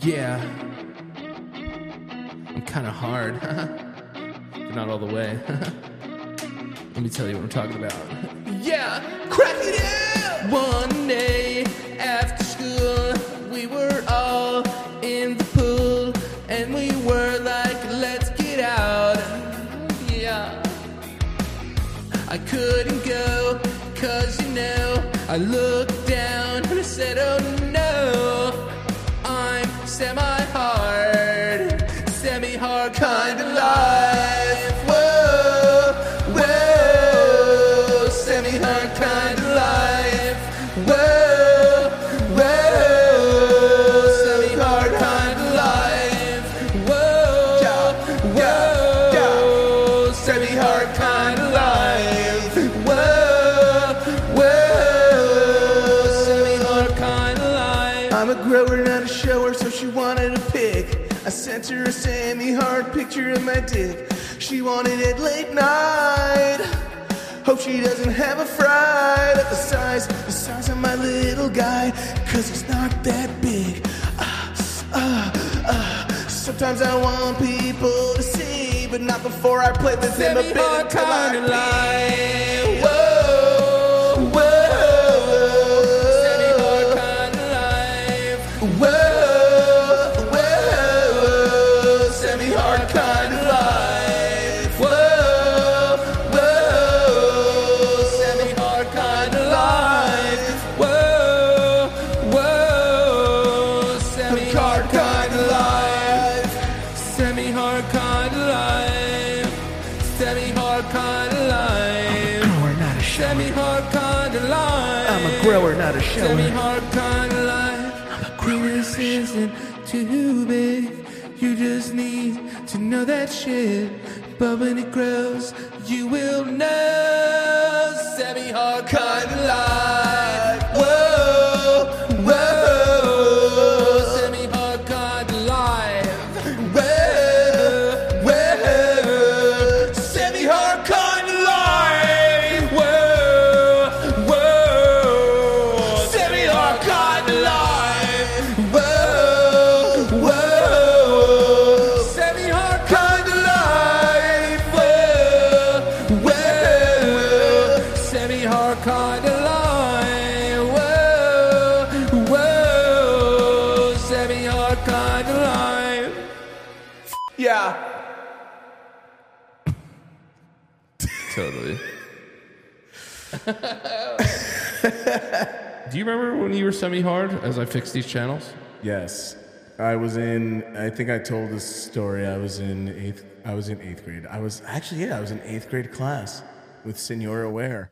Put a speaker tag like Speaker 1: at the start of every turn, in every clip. Speaker 1: Yeah. I'm kind of hard. but not all the way. Let me tell you what I'm talking about. yeah, crack it out! One day after school, we were all in the pool and we were like, let's get out. Yeah. I couldn't go, cause you know, I looked down and I said, oh no, I'm semi hard, semi hard kind of life. Whoa, whoa, semi hard kind of life. Whoa, whoa, semi hard kind of life. Whoa, whoa, semi hard kind of life. Whoa, whoa, semi hard kind of life.
Speaker 2: I'm a grower, not a shower, so she wanted a pic. I sent her a Sammy Hard picture of my dick. She wanted it late night. Hope she doesn't have a fright at the size, the size of my little guy, cause he's not that big. Ah, ah, ah. Sometimes I want people to see, but not before I play with them a
Speaker 1: Semi
Speaker 2: bit
Speaker 1: hard
Speaker 2: until I
Speaker 1: kind of life. Whoa, whoa. Semi hard kind of life. Whoa, whoa. Semi hard kind of life. Whoa, whoa. Semi hard kind of life. Whoa, whoa. Semi hard kind of life. Semi hard kind of life. Semi hard kind of life.
Speaker 2: Grower, not a shower.
Speaker 1: Semi hard kind of life. Semi hard
Speaker 2: I'm a grower, not a shower.
Speaker 1: kind of life. I'm a grower. This isn't too big. You just need to know that shit. But when it grows, you will know. Semi hard kind of life. Whoa, whoa. Semi hard kind of life. Whoa, whoa. Semi hard kind of life. Whoa, whoa. Semi hard kind of life. Whoa, whoa. Semi hard kind of life. Whoa, whoa. Semi hard kind of life. Whoa, whoa. Semi hard kind of life.
Speaker 2: Yeah.
Speaker 1: Totally. Do you remember when you were semi hard as I fixed these channels?
Speaker 3: Yes. I was in I think I told this story. I was in eighth I was in eighth grade. I was actually yeah, I was in eighth grade class with Senora Ware.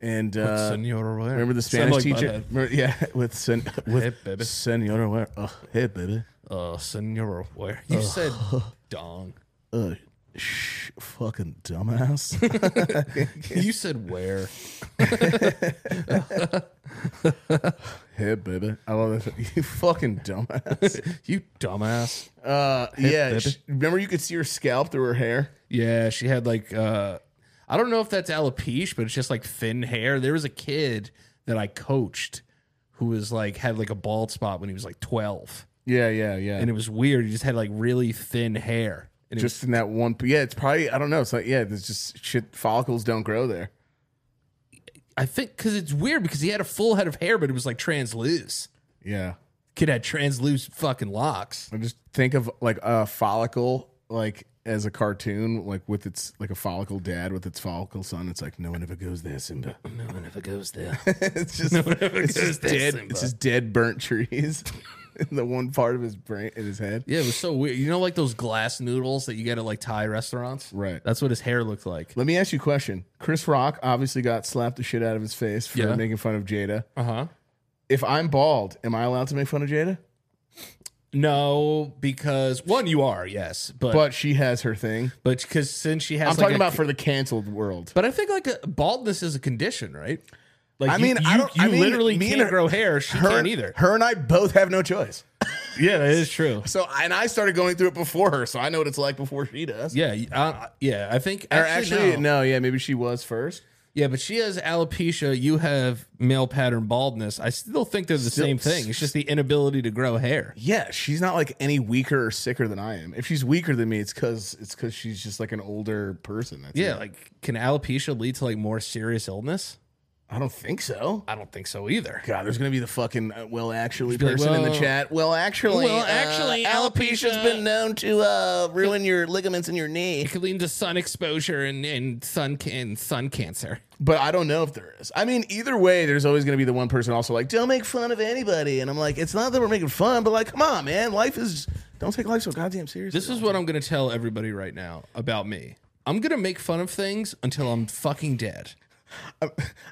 Speaker 3: And uh
Speaker 1: Senora Ware?
Speaker 3: Remember the
Speaker 1: Sound like
Speaker 3: Spanish
Speaker 1: my
Speaker 3: teacher?
Speaker 1: dad.
Speaker 3: Remember- yeah, with sen- with
Speaker 1: Hey, baby.
Speaker 3: Senora Ware. Oh, hey baby.
Speaker 1: Uh, Senora Ware. You said dong.
Speaker 3: Uh, shh, fucking dumbass.
Speaker 1: You said where?
Speaker 3: hey baby. I love that. You fucking dumbass.
Speaker 1: You dumbass.
Speaker 3: Uh yeah,
Speaker 1: baby.
Speaker 3: sh- remember you could see her scalp through her hair?
Speaker 1: Yeah, she had like uh I don't know if that's alopecia, but it's just like thin hair. There was a kid that I coached who was like had like a bald spot when he was like 12.
Speaker 3: Yeah, yeah, yeah.
Speaker 1: And it was weird. He just had like really thin hair. And it
Speaker 3: just in that one. Yeah, it's probably I don't know. It's like yeah, there's just shit. Follicles don't grow there.
Speaker 1: I think because it's weird because he had a full head of hair, but it was like translucent.
Speaker 3: Yeah,
Speaker 1: Kid had translucent fucking locks.
Speaker 3: I just think of like a follicle like as a cartoon, like with its like a follicle dad with its follicle son. It's like no one ever goes there, Simba.
Speaker 1: No one ever goes there.
Speaker 3: it's just
Speaker 1: one ever
Speaker 3: it's
Speaker 1: goes
Speaker 3: just
Speaker 1: there,
Speaker 3: dead.
Speaker 1: Simba.
Speaker 3: It's just dead burnt trees. in the one part of his brain in his head.
Speaker 1: yeah, it was so weird. You know, like those glass noodles that you get at like Thai restaurants.
Speaker 3: Right.
Speaker 1: That's what his hair looked like.
Speaker 3: Let me ask you a question. Chris Rock obviously got slapped the shit out of his face for
Speaker 1: Yeah.
Speaker 3: making fun of Jada.
Speaker 1: Uh huh.
Speaker 3: If I'm bald, am I allowed to make fun of Jada?
Speaker 1: No, because one, you are yes, but
Speaker 3: But she has her thing.
Speaker 1: but because since she has,
Speaker 3: I'm
Speaker 1: like,
Speaker 3: talking
Speaker 1: a-
Speaker 3: about for the canceled world.
Speaker 1: But I think like a, baldness is a condition, right? Like
Speaker 3: I
Speaker 1: you-
Speaker 3: mean,
Speaker 1: you,
Speaker 3: I don't-
Speaker 1: You
Speaker 3: I mean,
Speaker 1: literally
Speaker 3: me and
Speaker 1: can't
Speaker 3: her-
Speaker 1: grow hair. She can't either.
Speaker 3: Her and I both have no choice.
Speaker 1: Yeah, that is true.
Speaker 3: So, and I started going through it before her, so I know what it's like before she does.
Speaker 1: Yeah, uh, yeah. I think
Speaker 3: Or
Speaker 1: actually,
Speaker 3: actually, no. yeah, maybe she was first.
Speaker 1: Yeah, but she has alopecia. You have male pattern baldness. I still think they're the
Speaker 3: Still-
Speaker 1: same thing. It's just the inability to grow hair.
Speaker 3: Yeah, she's not like any weaker or sicker than I am. If she's weaker than me, it's because it's because she's just like an older person. That's
Speaker 1: Yeah,
Speaker 3: it.
Speaker 1: like can alopecia lead to like more serious illness?
Speaker 3: I don't think so.
Speaker 1: I don't think so either.
Speaker 3: God, there's gonna be the fucking uh, well actually
Speaker 1: be like,
Speaker 3: person in the
Speaker 1: well-
Speaker 3: chat. Well, actually,
Speaker 1: Well,
Speaker 3: uh,
Speaker 1: actually,
Speaker 3: alopecia's
Speaker 1: alopecia-
Speaker 3: been known to uh, ruin your ligaments in your knee.
Speaker 1: It could lead to sun exposure and, and sun ca- and sun cancer.
Speaker 3: But I don't know if there is. I mean, either way, there's always gonna be the one person also like, don't make fun of anybody. And I'm like, it's not that we're making fun, but like, come on, man, life is. Don't take life so goddamn seriously.
Speaker 1: This is what I'm going to tell everybody right now about me. I'm going to make fun of things until I'm fucking dead.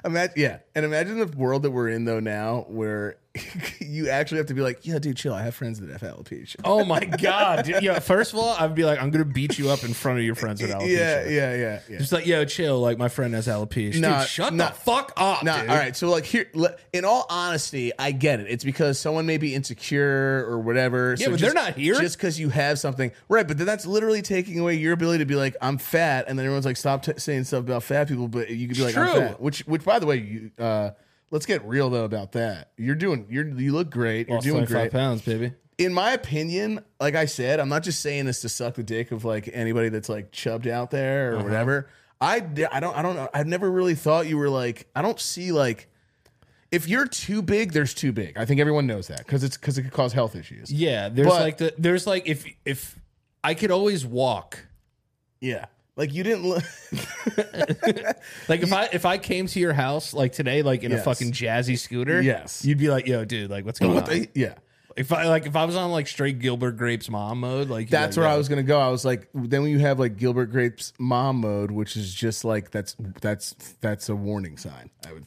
Speaker 3: Imagine, yeah, and imagine the world that we're in though now, where you actually have to be like, yeah, dude, chill. I have friends that have alopecia.
Speaker 1: Oh my god! dude. Yeah, first of all, I'd be like, I'm going to beat you up in front of your friends with alopecia.
Speaker 3: yeah, yeah, yeah, yeah.
Speaker 1: Just like, yo, chill. Like my friend has alopecia.
Speaker 3: Nah,
Speaker 1: dude, shut
Speaker 3: nah,
Speaker 1: the fuck up,
Speaker 3: Nah,
Speaker 1: dude.
Speaker 3: all right. So like here, le- in all honesty, I get it. It's because someone may be insecure or whatever.
Speaker 1: Yeah,
Speaker 3: so
Speaker 1: but
Speaker 3: just-
Speaker 1: they're not here.
Speaker 3: just because you have something, right? But then that's literally taking away your ability to be like, I'm fat, and then everyone's like, stop t- saying stuff about fat people. But you could be like, I'm
Speaker 1: True.
Speaker 3: fat. Which, which, by the way, you. Uh, Let's get real though about that. You're doing, you're you look great. You're
Speaker 1: Lost
Speaker 3: doing
Speaker 1: 25
Speaker 3: great.
Speaker 1: pounds, baby.
Speaker 3: in my opinion, like I said, I'm not just saying this to suck the dick of like anybody that's like chubbed out there or whatever. I, d- I don't I don't know. I've never really thought you were like I don't see like if you're too big, there's too big. I think everyone knows that because it's because it could cause health issues.
Speaker 1: Yeah, there's
Speaker 3: But-
Speaker 1: like the there's like if if I could always walk.
Speaker 3: Yeah, like you didn't. Look,
Speaker 1: Like if I if I came to your house like today, like in a
Speaker 3: Yes.
Speaker 1: fucking jazzy scooter,
Speaker 3: Yes.
Speaker 1: you'd be like, yo, dude, like what's going
Speaker 3: what
Speaker 1: on?
Speaker 3: the, yeah,
Speaker 1: If I like if I was on like straight Gilbert Grape's mom mode, like
Speaker 3: that's where I was gonna go. I was like, then when you have like Gilbert Grape's mom mode, which is just like that's that's that's a warning sign. I would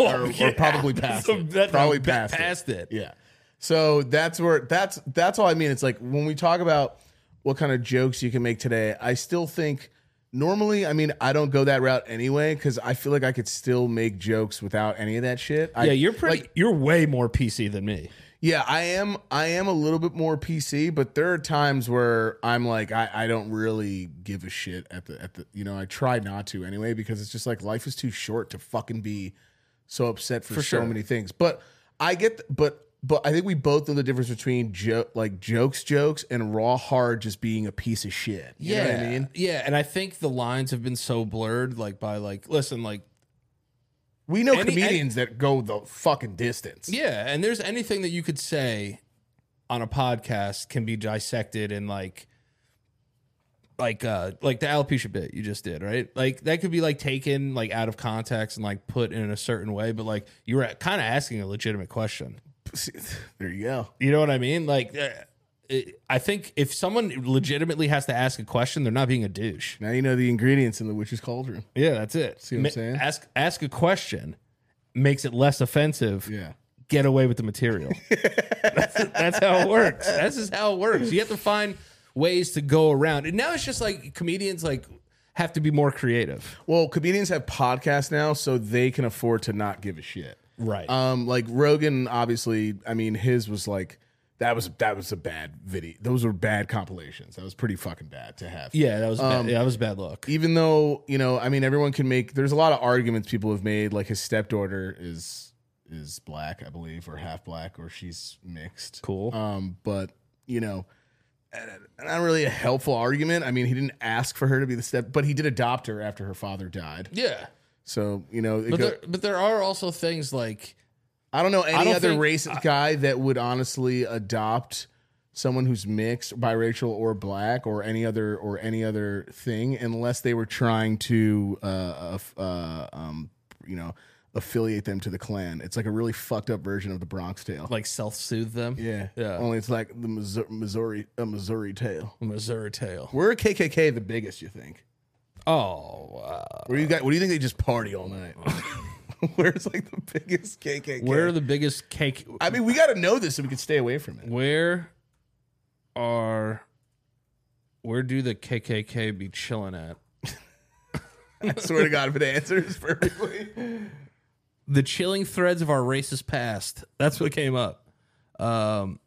Speaker 3: or, or probably past it. probably past, it.
Speaker 1: um, past it.
Speaker 3: Yeah. So that's where that's that's all I mean. It's like when we talk about what kind of jokes you can make today, I still think normally, I mean, I don't go that route anyway cuz I feel like I could still make jokes without any of that shit. I,
Speaker 1: Yeah, you're pretty.
Speaker 3: like,
Speaker 1: you're way more PC than me.
Speaker 3: yeah, I am I am a little bit more PC, but there are times where I'm like I I don't really give a shit at the at the you know, I try not to anyway because it's just like life is too short to fucking be so upset for, so
Speaker 1: sure.
Speaker 3: many things. But I get, th- but but I think we both know the difference between jo- like jokes, jokes, and raw hard just being a piece of shit. You know what I mean,
Speaker 1: yeah, and I think the lines have been so blurred, like by like listen, like
Speaker 3: we know
Speaker 1: Any-
Speaker 3: comedians that go the fucking distance.
Speaker 1: yeah, and there's anything that you could say on a podcast can be dissected and like like uh like the alopecia bit you just did right like that could be like taken like out of context and like put in a certain way but like you were kind of asking a legitimate question
Speaker 3: There you go.
Speaker 1: You know what I mean? Like, uh, it, I think if someone legitimately has to ask a question, they're not being a douche.
Speaker 3: Now you know the ingredients in the witch's cauldron.
Speaker 1: Yeah, that's it.
Speaker 3: See what I'm saying?
Speaker 1: Ask ask a question makes it less offensive.
Speaker 3: Yeah.
Speaker 1: Get away with the material. that's, that's how it works. That's just how it works. You have to find ways to go around. And now it's just like comedians like have to be more creative.
Speaker 3: Well, comedians have podcasts now, so they can afford to not give a shit.
Speaker 1: Right.
Speaker 3: Um, like Rogan, obviously, I mean, his was like that was that was a bad video. Those were bad compilations. That was pretty fucking bad to have.
Speaker 1: yeah, that was bad, yeah, that was bad luck.
Speaker 3: even though you know i mean everyone can make there's a lot of arguments people have made like his stepdaughter is is black i believe or half black or she's mixed
Speaker 1: Cool.
Speaker 3: um but you know uh, not really a helpful argument i mean he didn't ask for her to be the step but he did adopt her after her father died
Speaker 1: Yeah.
Speaker 3: so you know it
Speaker 1: But
Speaker 3: go-
Speaker 1: there, but there are also things like
Speaker 3: i don't know any
Speaker 1: don't
Speaker 3: other
Speaker 1: think-
Speaker 3: race guy that would honestly adopt someone who's mixed biracial or black or any other or any other thing unless they were trying to uh, aff- uh um you know affiliate them to the clan it's like a really fucked up version of the bronx tale
Speaker 1: like self-soothe them.
Speaker 3: yeah
Speaker 1: Yeah. Um,
Speaker 3: only it's like the missouri missouri, a missouri tale
Speaker 1: Missouri Tale.
Speaker 3: we're kkk the biggest you think
Speaker 1: Oh, uh,
Speaker 3: where you got what do you think they just party all night where's like the biggest kkk
Speaker 1: where are the biggest cake?
Speaker 3: i mean we got to know this so we can stay away from it
Speaker 1: Where are where do the KKK be chilling at?
Speaker 3: I swear to God, if it answers perfectly.
Speaker 1: The chilling threads of our racist past. That's what came up. Um,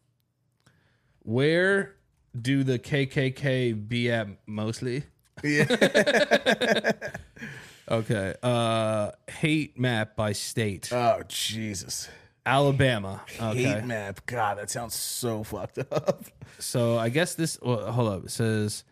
Speaker 1: where do the KKK be at mostly?
Speaker 3: Yeah.
Speaker 1: Okay. Uh, hate map by state.
Speaker 3: Oh Jesus.
Speaker 1: Alabama.
Speaker 3: Hate
Speaker 1: Okay.
Speaker 3: map. God, that sounds so fucked up.
Speaker 1: So I guess this. Well, hold up. It says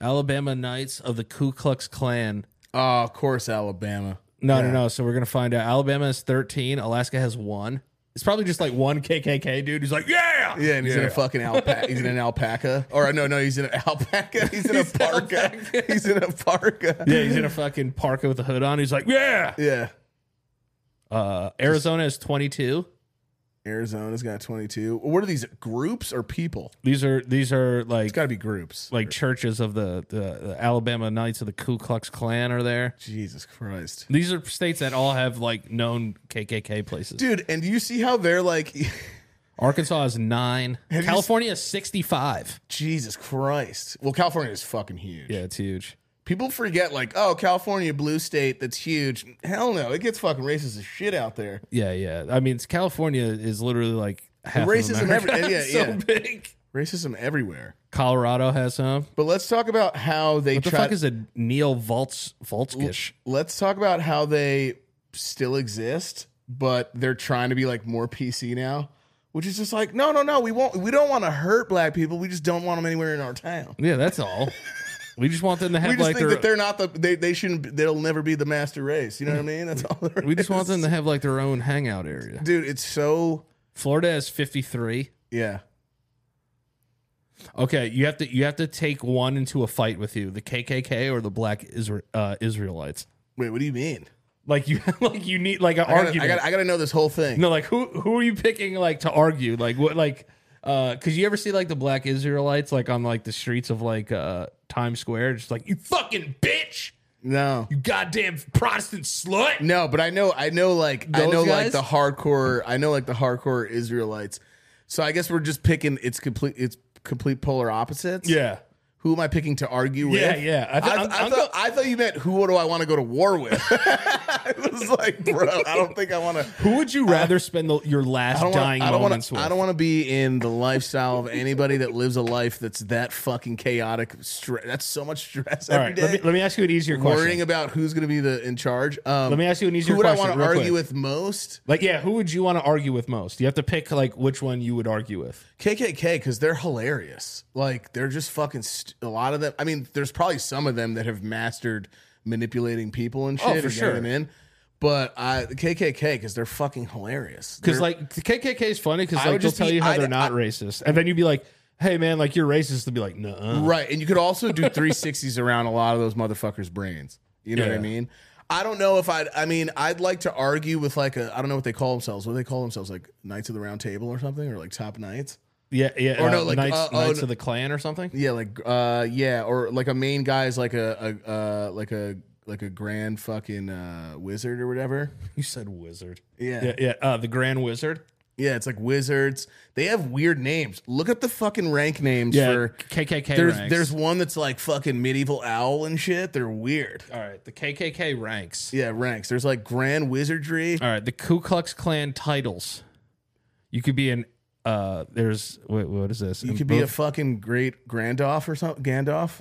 Speaker 1: Alabama Knights of the Ku Klux Klan.
Speaker 3: Oh, of course, Alabama.
Speaker 1: No, no, no. So we're gonna find out. Alabama has thirteen. Alaska has one. It's probably just like one KKK dude who's like, yeah,
Speaker 3: Yeah, and he's in a fucking alpaca. he's in an alpaca, or no, no, he's in an alpaca. He's in a
Speaker 1: He's
Speaker 3: parka.
Speaker 1: alpaca.
Speaker 3: he's in a parka.
Speaker 1: yeah. He's in a fucking parka with a hood on. He's like, yeah.
Speaker 3: Yeah.
Speaker 1: Uh, Arizona is twenty two.
Speaker 3: Arizona's got 22. What are these groups or people?
Speaker 1: These are these are
Speaker 3: It's
Speaker 1: like
Speaker 3: got to be groups.
Speaker 1: like churches of the, the the Alabama Knights of the Ku Klux Klan are there.
Speaker 3: Jesus Christ.
Speaker 1: These are states that all have like known KKK places.
Speaker 3: Dude, and do you see how they're like,
Speaker 1: Arkansas is nine.
Speaker 3: Have you
Speaker 1: California is sixty-five.
Speaker 3: Jesus Christ? Well, California is fucking huge.
Speaker 1: Yeah, it's huge.
Speaker 3: People forget, like, oh, California, blue state, that's huge. Hell no, it gets fucking racist as shit out there.
Speaker 1: Yeah, yeah. I mean, it's- California is literally like half
Speaker 3: Racism
Speaker 1: of America.
Speaker 3: every- yeah,
Speaker 1: It's so
Speaker 3: yeah.
Speaker 1: big.
Speaker 3: Racism everywhere.
Speaker 1: Colorado has some.
Speaker 3: But let's talk about how they
Speaker 1: What the
Speaker 3: try.
Speaker 1: fuck is a Neil Volts Voltskish?
Speaker 3: let's talk about how they still exist, but they're trying to be like more PC now, which is just like, no, no, no, we won't. We don't want to hurt black people. We just don't want them anywhere in our town.
Speaker 1: Yeah, that's all. we just want them to
Speaker 3: We
Speaker 1: have
Speaker 3: just
Speaker 1: like
Speaker 3: think
Speaker 1: their.
Speaker 3: that they're not the they, they shouldn't be- they'll never be the master race. You know what I mean? That's all. there
Speaker 1: we just want
Speaker 3: is.
Speaker 1: them to have like their own hangout area.
Speaker 3: dude. It's so
Speaker 1: Florida has fifty-three.
Speaker 3: yeah.
Speaker 1: Okay, you have to you have to take one into a fight with you, the KKK or the Black Isra- uh, Israelites.
Speaker 3: Wait, what do you mean?
Speaker 1: Like you like you need like an
Speaker 3: I gotta,
Speaker 1: argument.
Speaker 3: I gotta I gotta know this whole thing.
Speaker 1: No, like who who are you picking like to argue? Like what like uh cause you ever see like the black Israelites like on like the streets of like uh Times Square, just like you fucking bitch,
Speaker 3: No.
Speaker 1: you goddamn Protestant slut.
Speaker 3: No, but I know, I know, like I
Speaker 1: Those
Speaker 3: know,
Speaker 1: guys?
Speaker 3: like the hardcore. I know, like the hardcore Israelites. So I guess we're just picking. It's complete. It's complete polar opposites.
Speaker 1: Yeah.
Speaker 3: Who am I picking to argue with?
Speaker 1: Yeah, yeah. I
Speaker 3: I,
Speaker 1: th-
Speaker 3: I
Speaker 1: I'm- I'm
Speaker 3: thought, I thought you meant who do I want to go to war with? I was like, bro, I don't think I want to.
Speaker 1: Who would you rather spend the, your last
Speaker 3: I don't
Speaker 1: dying
Speaker 3: wanna, I don't
Speaker 1: moments
Speaker 3: wanna,
Speaker 1: with?
Speaker 3: I don't want to be in the lifestyle of anybody that lives a life that's that fucking chaotic. Stre- that's so much stress
Speaker 1: All
Speaker 3: every
Speaker 1: right,
Speaker 3: day.
Speaker 1: let me, let me ask you an easier question.
Speaker 3: Worrying about who's going to be the in charge. Um,
Speaker 1: Let me ask you an easier
Speaker 3: Who would
Speaker 1: question
Speaker 3: I want
Speaker 1: real
Speaker 3: to argue
Speaker 1: quick.
Speaker 3: with most?
Speaker 1: like, yeah, who would you want to argue with most? You have to pick like which one you would argue with.
Speaker 3: KKK because they're hilarious. Like they're just fucking st- a lot of them. I mean, there's probably some of them that have mastered manipulating people and shit
Speaker 1: Oh,
Speaker 3: and
Speaker 1: for
Speaker 3: getting
Speaker 1: sure.
Speaker 3: them in. But I the KKK because they're fucking hilarious.
Speaker 1: Because
Speaker 3: They're-
Speaker 1: like the KKK is funny because
Speaker 3: I
Speaker 1: like
Speaker 3: would
Speaker 1: they'll
Speaker 3: just
Speaker 1: tell
Speaker 3: be-
Speaker 1: you how
Speaker 3: I'd-
Speaker 1: they're not racist, and then you'd be like, "Hey man, like you're racist." They'll be like, "No."
Speaker 3: right, and you could also do 360s around a lot of those motherfuckers' brains. You know what
Speaker 1: Yeah.
Speaker 3: I mean? I don't know if I'd. I mean, I'd like to argue with like a. I don't know what they call themselves. What do they call themselves? Like Knights of the Round Table or something, or like Top Knights.
Speaker 1: Yeah, yeah.
Speaker 3: Or
Speaker 1: uh,
Speaker 3: no, like,
Speaker 1: Knights,
Speaker 3: uh, oh,
Speaker 1: Knights
Speaker 3: no.
Speaker 1: of the Clan or something.
Speaker 3: Yeah, like uh yeah, or like a main guy is like a, a uh like a like a grand fucking uh wizard or whatever.
Speaker 1: You said wizard.
Speaker 3: Yeah.
Speaker 1: yeah,
Speaker 3: yeah.
Speaker 1: yeah. Uh, the Grand Wizard.
Speaker 3: it's like wizards. They have weird names. Look up the fucking rank names
Speaker 1: Yeah,
Speaker 3: for
Speaker 1: KKK.
Speaker 3: there's
Speaker 1: ranks.
Speaker 3: there's one that's like fucking medieval owl and shit. They're weird.
Speaker 1: all right. The KKK ranks.
Speaker 3: Yeah, ranks. There's like grand wizardry.
Speaker 1: All right. The Ku Klux Klan titles. You could be an. Uh, there's wait, what is this?
Speaker 3: You could be a fucking great Gandalf or something. Gandalf.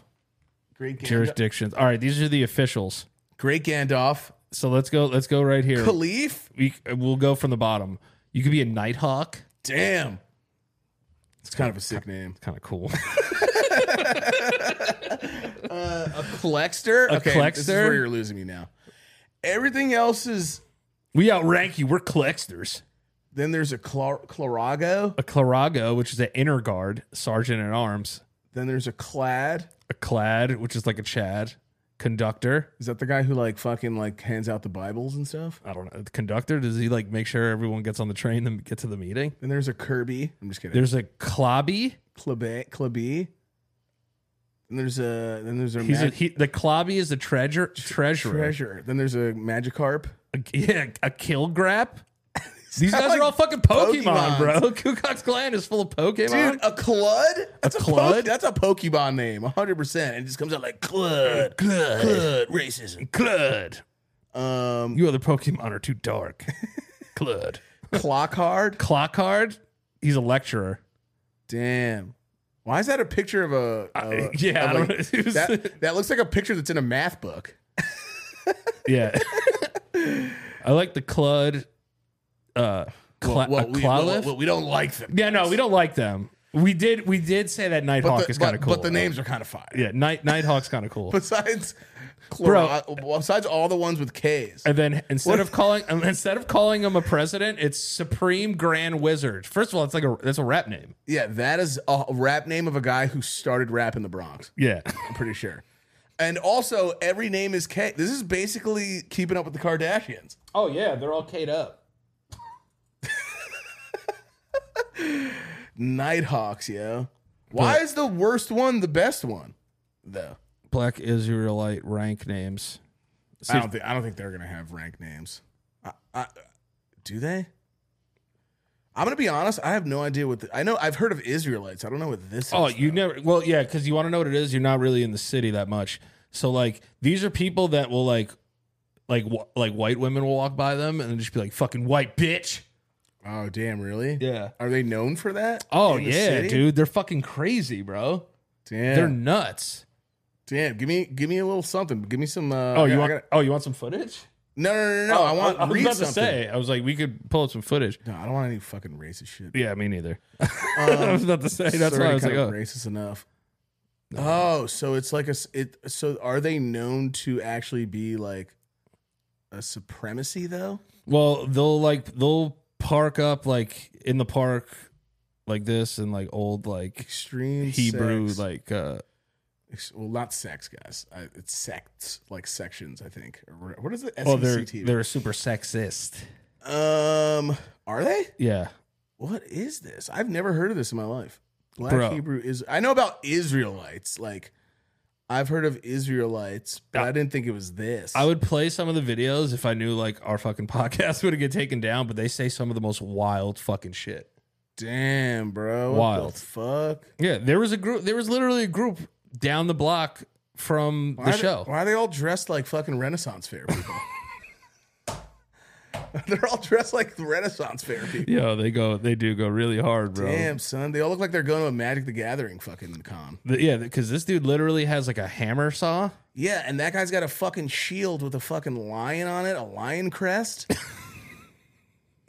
Speaker 3: Great Gandalf.
Speaker 1: jurisdictions. All right, these are the officials.
Speaker 3: Great Gandalf.
Speaker 1: So let's go. Let's go right here.
Speaker 3: Khalif?
Speaker 1: We, we'll go from the bottom. You could be a Nighthawk.
Speaker 3: Damn. It's kind of a sick name.
Speaker 1: Kind of cool.
Speaker 3: Clexter. okay, this is
Speaker 1: Clexter?
Speaker 3: where you're losing me now. Everything else is.
Speaker 1: We outrank you. We're Clexters.
Speaker 3: Then there's a Clar- Clarago.
Speaker 1: A Clarago, which is an inner guard, sergeant at arms.
Speaker 3: Then there's a Clad.
Speaker 1: A Clad, which is like a Chad. Conductor.
Speaker 3: Is that the guy who like fucking like hands out the Bibles and stuff?
Speaker 1: I don't know. The conductor, does he like make sure everyone gets on the train and get to the meeting?
Speaker 3: Then there's a Kirby. I'm just kidding.
Speaker 1: There's a Clobby.
Speaker 3: Clabe. Clabe. Then there's a. Then there's a,
Speaker 1: He's a,
Speaker 3: mag-
Speaker 1: he, the Clobby is the treasure, treasurer.
Speaker 3: treasure. Then there's a Magikarp.
Speaker 1: A, yeah, a kill grab. These guys are all fucking Pokemon,
Speaker 3: Pokemons.
Speaker 1: bro. Ku Klux Klan is full of Pokemon.
Speaker 3: Dude, a Clud? That's a, Clud?
Speaker 1: Clud?
Speaker 3: that's a Pokemon name, 100%. And it just comes out like Clud. Clud. Clud. Racism.
Speaker 1: Clud.
Speaker 3: Um,
Speaker 1: You other Pokemon are too dark. Clud.
Speaker 3: Clock Hard.
Speaker 1: Clockhard. He's a lecturer.
Speaker 3: Damn. Why is that a picture of a? of a-
Speaker 1: yeah,
Speaker 3: of
Speaker 1: I don't
Speaker 3: like-
Speaker 1: know. It was-
Speaker 3: that, that looks like a picture that's in a math book.
Speaker 1: Yeah. I like the Clud. Uh, Cla-
Speaker 3: Well,
Speaker 1: uh,
Speaker 3: we,
Speaker 1: Clawliffe.
Speaker 3: well, we don't like them.
Speaker 1: yeah, no, we don't like them. We did. We did say that Nighthawk
Speaker 3: but,
Speaker 1: is kind of
Speaker 3: but-
Speaker 1: cool.
Speaker 3: but the names are kind of fire.
Speaker 1: Yeah, Night Nighthawk's kind of cool.
Speaker 3: Besides,
Speaker 1: Bro.
Speaker 3: Cloro- besides all the ones with K's.
Speaker 1: And then instead of calling um, instead of calling him a president, it's Supreme Grand Wizard. First of all, it's like a that's a rap name.
Speaker 3: Yeah, that is a rap name of a guy who started rap in the Bronx.
Speaker 1: Yeah.
Speaker 3: I'm pretty sure. And also, every name is K. This is basically keeping up with the Kardashians.
Speaker 1: Oh yeah, they're all K'd up.
Speaker 3: Nighthawks, yo. Why is the worst one the best one, though?
Speaker 1: Black Israelite rank names.
Speaker 3: I don't think I don't think they're gonna have rank names. I, I, do they? I'm gonna be honest. I have no idea what the, I know. I've heard of Israelites. I don't know what this.
Speaker 1: Oh,
Speaker 3: is.
Speaker 1: you never. Well, yeah, because you want to know what it is. You're not really in the city that much. So like, these are people that will like, like, wa- like white women will walk by them and just be like, "Fucking white bitch."
Speaker 3: Oh, damn! Really?
Speaker 1: Yeah.
Speaker 3: Are they known for that?
Speaker 1: Oh
Speaker 3: in the
Speaker 1: yeah,
Speaker 3: city?
Speaker 1: dude, they're fucking crazy, bro.
Speaker 3: Damn.
Speaker 1: They're nuts.
Speaker 3: Damn, give me give me a little something. Give me some. Uh,
Speaker 1: Oh,
Speaker 3: I
Speaker 1: you
Speaker 3: got-
Speaker 1: want?
Speaker 3: I got-
Speaker 1: oh, you want some footage?
Speaker 3: no, no, no, no, no. Oh, I want.
Speaker 1: I, was
Speaker 3: read
Speaker 1: about
Speaker 3: something.
Speaker 1: to say. I was like, we could pull up some footage.
Speaker 3: No, I don't want any fucking racist shit.
Speaker 1: Yeah, me neither.
Speaker 3: Um,
Speaker 1: I was about to say. That's
Speaker 3: It's
Speaker 1: why I
Speaker 3: already
Speaker 1: was like,
Speaker 3: kind of
Speaker 1: oh.
Speaker 3: racist enough. Oh, so it's like a s- it. So are they known to actually be like a supremacy though?
Speaker 1: well, they'll like they'll park up like in the park like this and like old like
Speaker 3: Extreme
Speaker 1: Hebrew
Speaker 3: sex.
Speaker 1: like uh
Speaker 3: Ex- well, not sex, guys. I, it's sects, like sections. I think. Or what- What is E the
Speaker 1: well Oh, they're
Speaker 3: SECT?
Speaker 1: they're super sexist.
Speaker 3: um, are they?
Speaker 1: Yeah.
Speaker 3: What is this? I've never heard of this in my life. Black
Speaker 1: Bro.
Speaker 3: Hebrew is. I know about Israelites. Like, I've heard of Israelites, but I didn't think it was this.
Speaker 1: I would play some of the videos if I knew like our fucking podcast would get taken down, but they say some of the most wild fucking shit.
Speaker 3: Damn, bro. What
Speaker 1: Wild.
Speaker 3: the fuck.
Speaker 1: Yeah, there was a group there was literally a group down the block from
Speaker 3: Why
Speaker 1: the
Speaker 3: are they-
Speaker 1: show.
Speaker 3: why are they all dressed like fucking Renaissance fair people? They're all dressed like the Renaissance fair people.
Speaker 1: Yeah, they go they do go really hard, bro.
Speaker 3: Damn, son. They all look like they're going to a Magic the Gathering fucking con.
Speaker 1: The- yeah, because this dude literally has like a hammer saw.
Speaker 3: Yeah, and that guy's got a fucking shield with a fucking lion on it, a lion crest.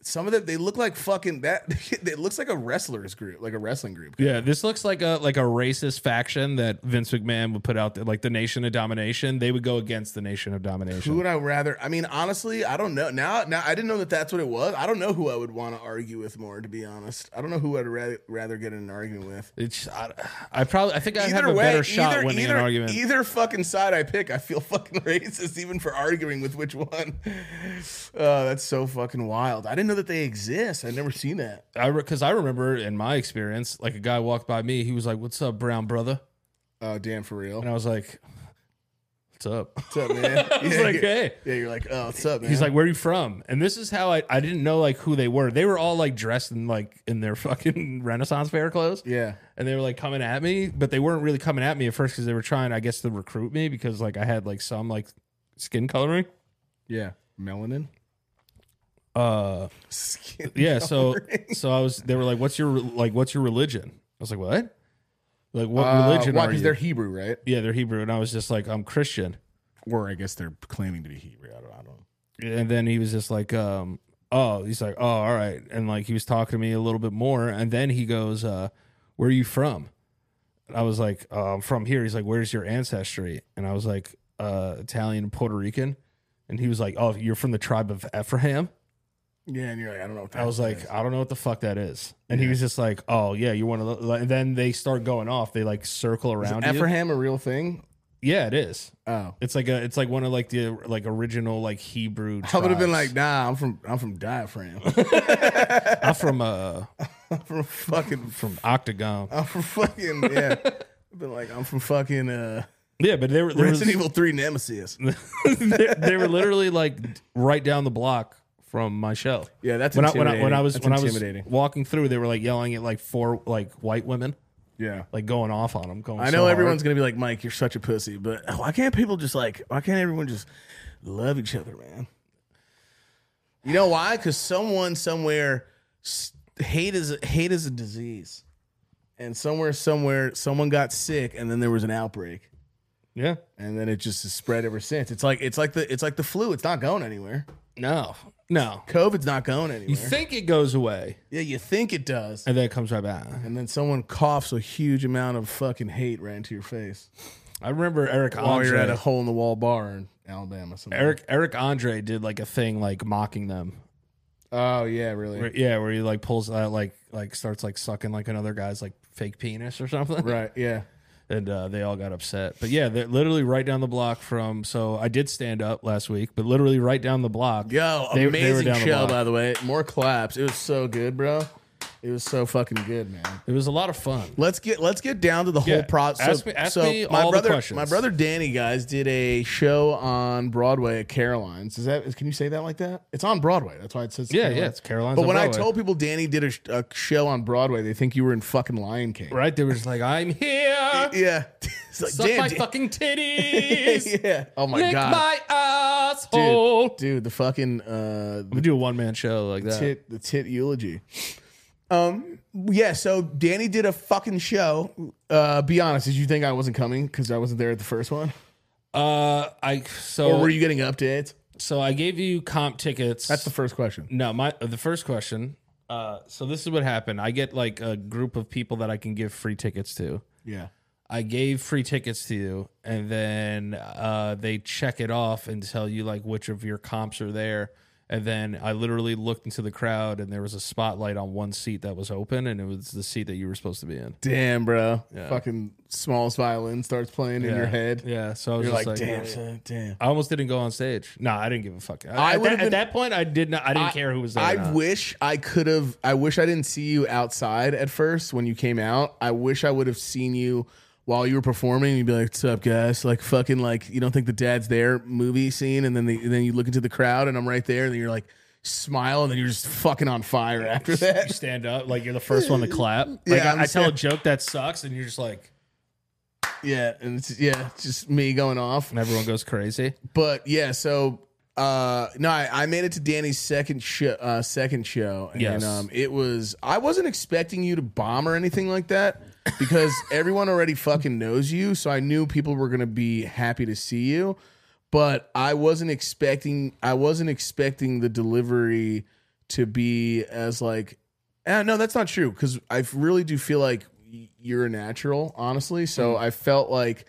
Speaker 3: Some of them they look like fucking that. It looks like a wrestlers group, like a wrestling group.
Speaker 1: Yeah, this looks like a like a racist faction that Vince McMahon would put out there, like the Nation of Domination. They would go against the Nation of
Speaker 3: Who
Speaker 1: Domination.
Speaker 3: would I rather? I mean, honestly, I don't know. Now, now I didn't know that that's what it was. I don't know who I would want to argue with more, to be honest. I don't know who I'd rather, rather get in an argument with.
Speaker 1: It's I, I probably I think I have a better shot winning
Speaker 3: either,
Speaker 1: an argument.
Speaker 3: either fucking side I pick, I feel fucking racist even for arguing with which one. Oh, that's so fucking wild. I didn't know that they exist. I'd never seen that.
Speaker 1: I because I remember in my experience, like a guy walked by me, he was like, "What's up, brown brother?"
Speaker 3: Oh, damn, for real.
Speaker 1: And I was like, "What's up?"
Speaker 3: What's up, man?
Speaker 1: I was
Speaker 3: Yeah,
Speaker 1: like,
Speaker 3: you-
Speaker 1: "Hey."
Speaker 3: Yeah, you're like, oh, what's up, man?
Speaker 1: He's like, "Where are you from?" And this is how I I didn't know like who they were. They were all like dressed in like in their fucking Renaissance fair clothes.
Speaker 3: yeah.
Speaker 1: and they were like coming at me, but they weren't really coming at me at first because they were trying, I guess, to recruit me because like I had like some like skin coloring.
Speaker 3: Yeah. Melanin?
Speaker 1: Uh,
Speaker 3: Skin.
Speaker 1: yeah. So so I was. They were like, "What's your like? What's your religion?" I was like, "What? Like what religion
Speaker 3: Uh, why?
Speaker 1: are you?"
Speaker 3: they're Hebrew, right?
Speaker 1: yeah, they're Hebrew, and I was just like, "I'm Christian."
Speaker 3: Or I guess they're claiming to be Hebrew. I don't, I don't know.
Speaker 1: And then he was just like, um, "Oh," he's like, "Oh, all right," and like he was talking to me a little bit more, and then he goes, uh, "Where are you from?" And I was like, uh, "I'm from here." He's like, "Where's your ancestry?" And I was like, uh, "Italian and Puerto Rican," and he was like, "Oh, you're from the tribe of Ephraim."
Speaker 3: Yeah, and you're like, I don't know. What
Speaker 1: I was
Speaker 3: that
Speaker 1: like,
Speaker 3: is.
Speaker 1: "I don't know what the fuck that is," and he was just like, "Oh yeah, you're one of the." And then they start going off. They like circle around. you.
Speaker 3: Ephraim a real thing?
Speaker 1: Yeah, it is.
Speaker 3: Oh,
Speaker 1: It's like a, it's like one of like the like original like Hebrew.
Speaker 3: I would have been
Speaker 1: tribes.
Speaker 3: like, nah, I'm from, I'm from diaphragm.
Speaker 1: I'm from uh
Speaker 3: I'm from fucking,
Speaker 1: from Octagon.
Speaker 3: I'm from fucking, yeah. I've been like, I'm from fucking uh,
Speaker 1: Yeah, but they were there was,
Speaker 3: Resident Evil Three Nemesis.
Speaker 1: they, they were literally like right down the block from my show.
Speaker 3: Yeah, that's
Speaker 1: when I, when I
Speaker 3: intimidating.
Speaker 1: when I was
Speaker 3: That's
Speaker 1: when I was
Speaker 3: intimidating.
Speaker 1: walking through, they were like yelling at like four like white women,
Speaker 3: Yeah,
Speaker 1: like going off on them. Going,
Speaker 3: I
Speaker 1: so
Speaker 3: know
Speaker 1: hard.
Speaker 3: everyone's gonna be like, Mike, you're such a pussy, but oh, why can't people just like, why can't everyone just love each other, man? You know why? Because someone somewhere s- hate is hate is a disease, and somewhere somewhere someone got sick, and then there was an outbreak.
Speaker 1: Yeah.
Speaker 3: and then it just has spread ever since. It's like it's like the it's like the flu. It's not going anywhere.
Speaker 1: No. No.
Speaker 3: COVID's not going anywhere.
Speaker 1: You think it goes away,
Speaker 3: yeah, you think it does,
Speaker 1: and then it comes right back.
Speaker 3: and then someone coughs a huge amount of fucking hate right into your face
Speaker 1: I remember Eric
Speaker 3: while
Speaker 1: Andre.
Speaker 3: you're at a hole in the wall bar in Alabama. Somewhere.
Speaker 1: Oh, Eric Eric Andre did like a thing like mocking them.
Speaker 3: Oh yeah, really.
Speaker 1: Where- yeah, where he like pulls out like like starts like sucking like another guy's like fake penis or something.
Speaker 3: Right. Yeah.
Speaker 1: and uh, they all got upset. But yeah, they're literally right down the block from. So I did stand up last week, but literally right down the block.
Speaker 3: Yo,
Speaker 1: They- they were
Speaker 3: amazing
Speaker 1: down the
Speaker 3: show
Speaker 1: block.
Speaker 3: by the way. More claps. It was so good, bro. It was so fucking good, man.
Speaker 1: it was a lot of fun.
Speaker 3: Let's get let's get down to the whole
Speaker 1: Yeah.
Speaker 3: process.
Speaker 1: Ask me- ask me
Speaker 3: my
Speaker 1: all the
Speaker 3: brother,
Speaker 1: questions.
Speaker 3: my brother Danny, guys, did a show on Broadway at Caroline's. Is that can you say that like that? It's on Broadway. That's why it says
Speaker 1: Yeah,
Speaker 3: Caroline's.
Speaker 1: yeah, it's Caroline's.
Speaker 3: But
Speaker 1: on
Speaker 3: when
Speaker 1: Broadway.
Speaker 3: I told people Danny did a, sh- a show on Broadway, they think you were in fucking Lion King.
Speaker 1: right, they were just like, "I'm here,
Speaker 3: Yeah. It's like,
Speaker 1: suck
Speaker 3: Dan,
Speaker 1: my
Speaker 3: Dan-
Speaker 1: fucking titties,
Speaker 3: yeah. Oh my
Speaker 1: lick
Speaker 3: god.
Speaker 1: my asshole."
Speaker 3: dude, dude, the fucking uh,
Speaker 1: We do a one man show like that.
Speaker 3: tit the tit eulogy. Um. Yeah. So Danny did a fucking show. Uh, be honest. Did you think I wasn't coming because I wasn't there at the first one,
Speaker 1: Uh, I
Speaker 3: or
Speaker 1: so
Speaker 3: were you getting updates?
Speaker 1: so I gave you comp tickets.
Speaker 3: That's the first question.
Speaker 1: No, my the first question. Uh, so this is what happened. I get like a group of people that I can give free tickets to.
Speaker 3: Yeah.
Speaker 1: I gave free tickets to you, and then uh, they check it off and tell you like which of your comps are there. And then I literally looked into the crowd, and there was a spotlight on one seat that was open, and it was the seat that you were supposed to be in.
Speaker 3: Damn, bro. Fucking smallest violin starts playing in your head.
Speaker 1: Yeah. So I was
Speaker 3: You're
Speaker 1: just
Speaker 3: like,
Speaker 1: like,
Speaker 3: damn, son, damn.
Speaker 1: I almost didn't go on stage. No, I didn't give a fuck.
Speaker 3: I
Speaker 1: at,
Speaker 3: would've
Speaker 1: that, at
Speaker 3: been-
Speaker 1: that point, I did not. I didn't care who was there. or
Speaker 3: I
Speaker 1: not.
Speaker 3: wish I could have. I wish I didn't see you outside at first when you came out. I wish I would have seen you while you were performing. You'd be like, "What's up, guys?" Like fucking like you don't think the dad's there movie scene, and then the, and then you look into the crowd, and I'm right there, and then you're like smile, and then you're just fucking on fire after
Speaker 1: you
Speaker 3: that.
Speaker 1: stand up like you're the first one to clap. Like
Speaker 3: Yeah, I'm
Speaker 1: I, I tell a
Speaker 3: saying-
Speaker 1: joke that sucks, and you're just like,
Speaker 3: yeah, and it's yeah, it's just me going off.
Speaker 1: and everyone goes crazy.
Speaker 3: But yeah, so uh no, I, I made it to Danny's second show uh second show and
Speaker 1: Yes.
Speaker 3: um it was I wasn't expecting you to bomb or anything like that because everyone already fucking knows you, so I knew people were going to be happy to see you, but I wasn't expecting I wasn't expecting the delivery to be as like eh, no, that's not true cuz I really do feel like y- you're a natural, honestly. So
Speaker 1: Mm.
Speaker 3: I felt like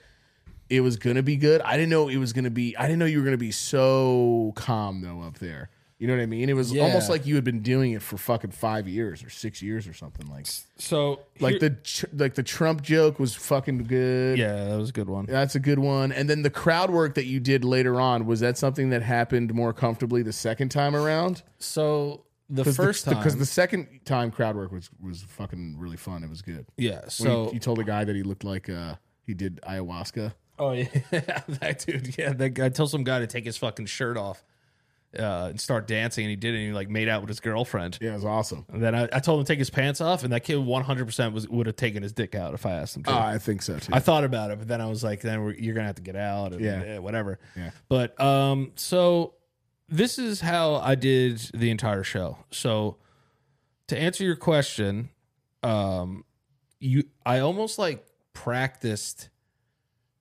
Speaker 3: it was gonna be good. I didn't know it was gonna be. I didn't know you were gonna be so calm though up there. You know what I mean? It was
Speaker 1: Yeah.
Speaker 3: almost like you had been doing it for fucking five years or six years or something like.
Speaker 1: So
Speaker 3: Like the tr- like the Trump joke was fucking good.
Speaker 1: yeah, that was a good one.
Speaker 3: That's a good one. And then the crowd work that you did later on was that something that happened more comfortably the second time around?
Speaker 1: So the
Speaker 3: 'Cause the-
Speaker 1: first time,
Speaker 3: because the second time crowd work was was fucking really fun. It was good.
Speaker 1: yeah.
Speaker 3: When you-
Speaker 1: So
Speaker 3: you, told the guy that he looked like uh he did ayahuasca.
Speaker 1: oh yeah, that dude. Yeah, that guy. I told some guy to take his fucking shirt off uh, and start dancing, and he did it. And he like made out with his girlfriend.
Speaker 3: Yeah, it was awesome.
Speaker 1: And then I, I told him to take his pants off, and that kid 100 percent was would have taken his dick out if I asked him to.
Speaker 3: Oh, I think so too.
Speaker 1: Uh, I thought about it, but then I was like, then we're, you're gonna have to get out, and
Speaker 3: Yeah.
Speaker 1: eh, whatever.
Speaker 3: Yeah.
Speaker 1: But um, so this is how I did the entire show. So to answer your question, um, you I almost like practiced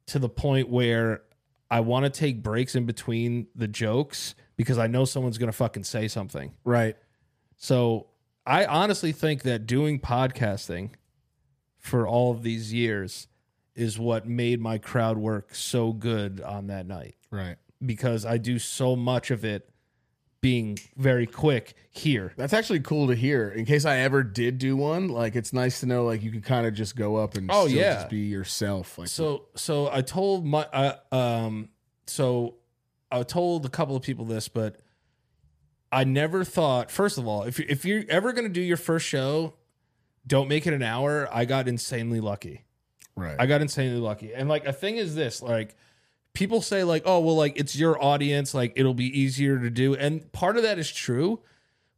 Speaker 1: to the point where I want to take breaks in between the jokes because I know someone's gonna fucking say something.
Speaker 3: right.
Speaker 1: So I honestly think that doing podcasting for all of these years is what made my crowd work so good on that night
Speaker 3: Right.
Speaker 1: because I do so much of it being very quick here.
Speaker 3: That's actually cool to hear. In case I ever did do one, like it's nice to know like you can kind of just go up and
Speaker 1: Oh,
Speaker 3: still
Speaker 1: yeah.
Speaker 3: just be yourself. Like
Speaker 1: So so I told my uh, um so I told a couple of people this, but I never thought. First of all, if you if you're ever gonna do your first show, don't make it an hour. I got insanely lucky.
Speaker 3: right.
Speaker 1: I got insanely lucky. And like a thing is this, like people say like, "Oh, well like it's your audience, like it'll be easier to do." And part of that is true,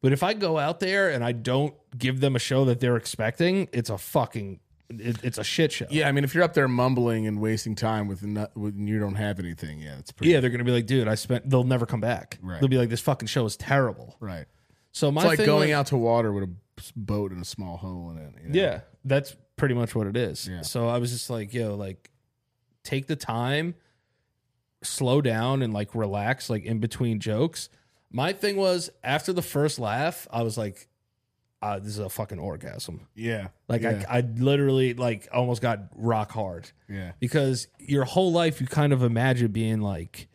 Speaker 1: but if I go out there and I don't give them a show that they're expecting, it's a fucking it, it's a shit show.
Speaker 3: yeah, I mean if you're up there mumbling and wasting time with, no, with and you don't have anything, yeah, that's pretty
Speaker 1: Yeah, they're going to be like, "Dude, I spent they'll never come back."
Speaker 3: Right.
Speaker 1: They'll be like, "This fucking show is terrible."
Speaker 3: right.
Speaker 1: So my
Speaker 3: It's like
Speaker 1: thing
Speaker 3: going
Speaker 1: was-
Speaker 3: out to water with a boat and a small hole in it. you know?
Speaker 1: Yeah, that's pretty much what it is.
Speaker 3: Yeah.
Speaker 1: So I was just like, yo, like take the time, slow down and like relax like in between jokes. My thing was after the first laugh, I was like, uh, this is a fucking orgasm.
Speaker 3: Yeah.
Speaker 1: Like
Speaker 3: yeah.
Speaker 1: I, I literally like almost got rock hard
Speaker 3: yeah.
Speaker 1: because your whole life you kind of imagine being like,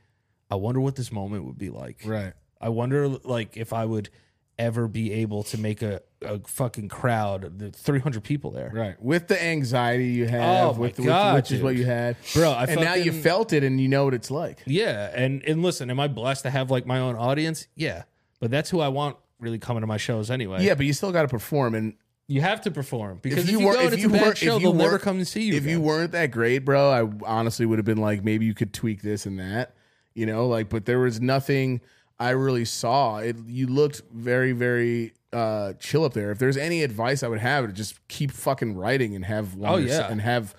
Speaker 1: I wonder what this moment would be like.
Speaker 3: Right.
Speaker 1: I wonder like if I would ever be able to make a, a fucking crowd, the 300 people there.
Speaker 3: Right. With the anxiety you have,
Speaker 1: Oh,
Speaker 3: with,
Speaker 1: my
Speaker 3: with-
Speaker 1: God,
Speaker 3: which is what
Speaker 1: dude.
Speaker 3: you had.
Speaker 1: Bro, I
Speaker 3: and now you
Speaker 1: fucking-
Speaker 3: felt it and you know what it's like.
Speaker 1: Yeah, and and listen, am I blessed to have like my own audience? Yeah, but that's who I want really coming to my shows anyway.
Speaker 3: Yeah, but you still got to perform. And
Speaker 1: you have to perform because if, you,
Speaker 3: were-
Speaker 1: go and it's a
Speaker 3: were-
Speaker 1: bad show,
Speaker 3: if
Speaker 1: they'll
Speaker 3: were-
Speaker 1: never come and see you.
Speaker 3: If you
Speaker 1: again.
Speaker 3: weren't that great, bro, I honestly would have been like, maybe you could tweak this and that, you know, like, but there was nothing I really saw. It, you looked very, very uh, chill up there. If there's any advice I would have, it just keep fucking writing and have longer se-
Speaker 1: Oh, yeah.
Speaker 3: and have.